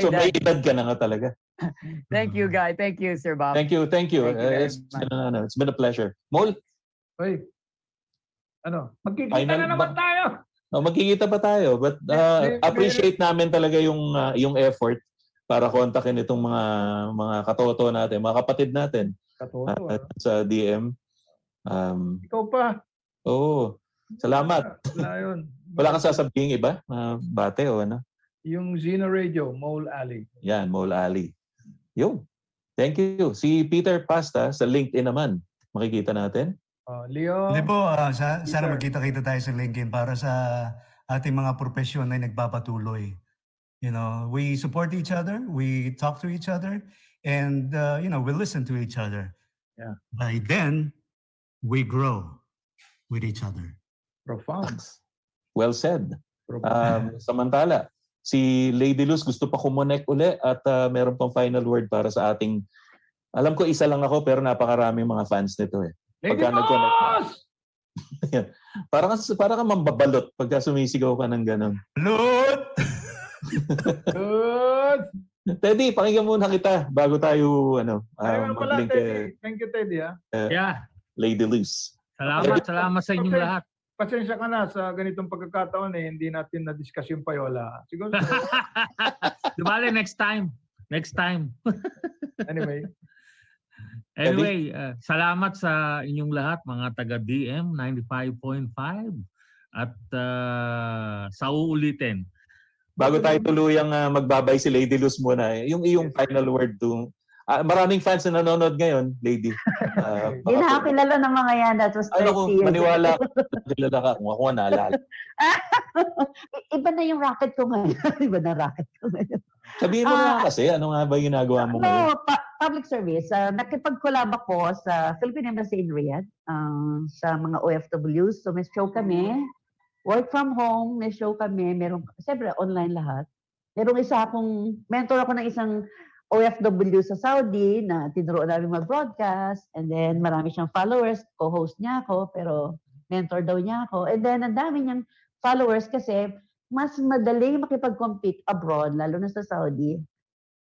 B: So may
H: Kaedad.
B: edad ka na nga talaga.
H: Thank you, guy. Thank you, Sir Bob.
B: Thank you, thank
H: Um,
B: you.
H: Thank you
B: Uh,
H: very
B: it's, been, ano, it's been a pleasure. Mol,
I: Hoy, ano, magkikita
B: Final
I: na naman tayo.
B: oh, magkikita pa tayo. But uh, appreciate namin talaga yung uh, yung effort para kontakin itong mga mga katoto natin, mga kapatid natin
I: Katoto.
B: uh, sa DM. Um,
I: <laughs> Ikaw pa.
B: oh, salamat.
I: Wala yun.
B: <laughs> Wala kang sasabihin iba? Uh, bate o ano?
I: Yung Zeno Radio, Mole Alley.
B: Yan, Mole Ali. Yun. Thank you. Si Peter Pasta sa LinkedIn naman. Makikita natin.
I: Oh, Leo.
E: Hindi po, ah, sa, sana
I: Peter.
E: magkita-kita tayo sa LinkedIn para sa ating mga profesyon na nagpapatuloy. You know, we support each other, we talk to each other, and uh, you know, we listen to each other.
I: Yeah.
E: By then, we grow with each other.
I: Profound.
B: Well said. Um,
E: Profound.
B: samantala, si Lady Luz gusto pa kumonek uli at uh, meron pang final word para sa ating alam ko isa lang ako pero napakaraming mga fans nito eh.
I: Lady
B: nag-connect-
I: Boss!
B: Yan. para ka para ka mambabalot pagka sumisigaw ka ng ganun. <laughs>
E: Balot!
I: Good!
B: Teddy, pakinggan muna kita bago tayo ano,
I: Ayun
B: um,
I: pala,
B: mag-link
I: Teddy.
B: kay
I: Thank you, Teddy. ah. Ha?
B: uh,
C: Yeah.
B: Lady Luz.
C: Salamat, salamat sa inyong
I: Pasen-
C: lahat.
I: Pasensya ka na sa ganitong pagkakataon eh, hindi natin na-discuss yung payola.
C: <laughs>
I: Siguro,
C: Di bale, next time. Next time.
I: anyway.
C: Anyway, uh, salamat sa inyong lahat mga taga DM 95.5 at uh, sa uulitin.
B: Bago tayo tuluyang ah, magbabay si Lady Luz muna, eh, yung iyong final word to ah, maraming fans na nanonood ngayon,
O: <laughs>
B: Lady. Ah,
O: Hindi
B: baka-
O: nakakilala ng mga yan. That was 30
B: ano kung
O: years
B: maniwala
O: ago.
B: ka, kilala ka kung ako ang
R: <laughs>
B: naalala.
O: I- Iba na yung racket ko ngayon. Iba na racket ko ngayon.
B: Sabihin mo na
O: Ah,
B: kasi, ano nga ba yung ginagawa mo ngayon?
O: No, pa- public service. Uh, nakipagkulab ako sa Philippine Embassy in Riyadh um, sa mga OFWs. So may show kami. Work from home, may show kami. Merong, siyempre, online lahat. Merong isa akong, mentor ako ng isang OFW sa Saudi na tinuruan namin mag-broadcast. And then marami siyang followers. Co-host niya ako, pero mentor daw niya ako. And then ang dami niyang followers kasi mas madaling makipag-compete abroad, lalo na sa Saudi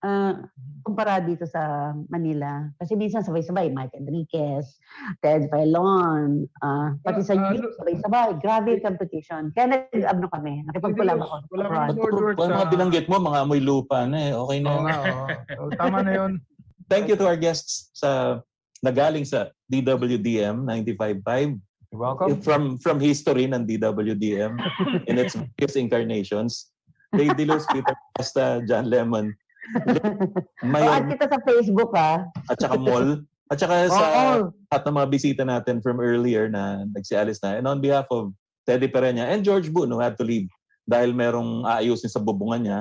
O: ah, kumpara dito sa Manila. Kasi minsan sabay-sabay, Mike Enriquez, Ted Filon, ah, pati sa
I: Ah, ah,
O: youth, sabay-sabay. Grabe yung competition. Kaya nag-ano kami, nakipagkulab ako. abroad.
B: Ba't puro-
I: words
B: Kung ano
I: sa-
B: mga binanggit mo, mga amoy lupa na eh. Okay na.
I: Oo nga, oo. Oh, Tama na yun.
B: Thank you to our guests sa nagaling sa DWDM 95.5.
I: welcome.
B: From from history ng DWDM in its various incarnations. Lady Luz, Peter Costa, John Lemon,
O: Oh, at
B: Mayon,
O: kita sa Facebook ah. ha.
B: at saka Mall. At saka sa
O: Oo.
B: lahat ng mga bisita natin from earlier na nagsialis na. And on behalf of Teddy Pereña and George Boon who had to leave dahil merong aayusin sa bubungan niya,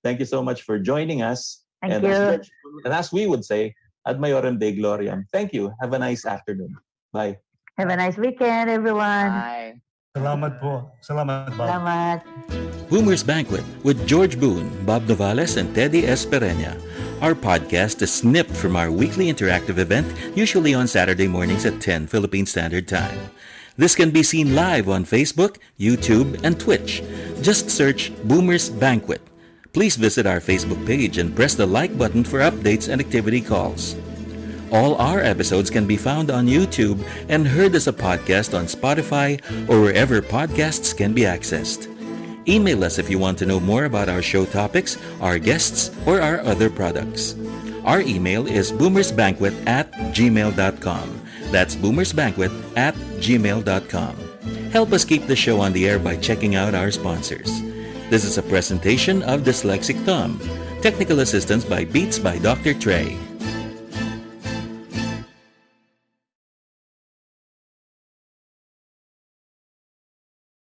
B: thank you so much for joining us.
O: Thank
B: and, As,
O: you.
B: George Boon- and as we would say, ad maiorem Dei gloriam. Thank you. Have a nice afternoon. Bye.
O: Have a nice weekend, everyone.
E: Salamat po. Salamat, Bob.
O: Salamat.
S: Boomers Banquet with George Boone, Bob Novales, and Teddy Espereña. Our podcast is snipped from our weekly interactive event, usually on Saturday mornings at 10 Philippine Standard Time. This can be seen live on Facebook, YouTube, and Twitch. Just search Boomers Banquet. Please visit our Facebook page and press the like button for updates and activity calls. All our episodes can be found on YouTube and heard as a podcast on Spotify or wherever podcasts can be accessed. Email us if you want to know more about our show topics, our guests, or our other products. Our email is boomersbanquet at gmail.com. That's boomersbanquet at gmail.com. Help us keep the show on the air by checking out our sponsors. This is a presentation of Dyslexic Tom. Technical assistance by Beats by Dr. Trey.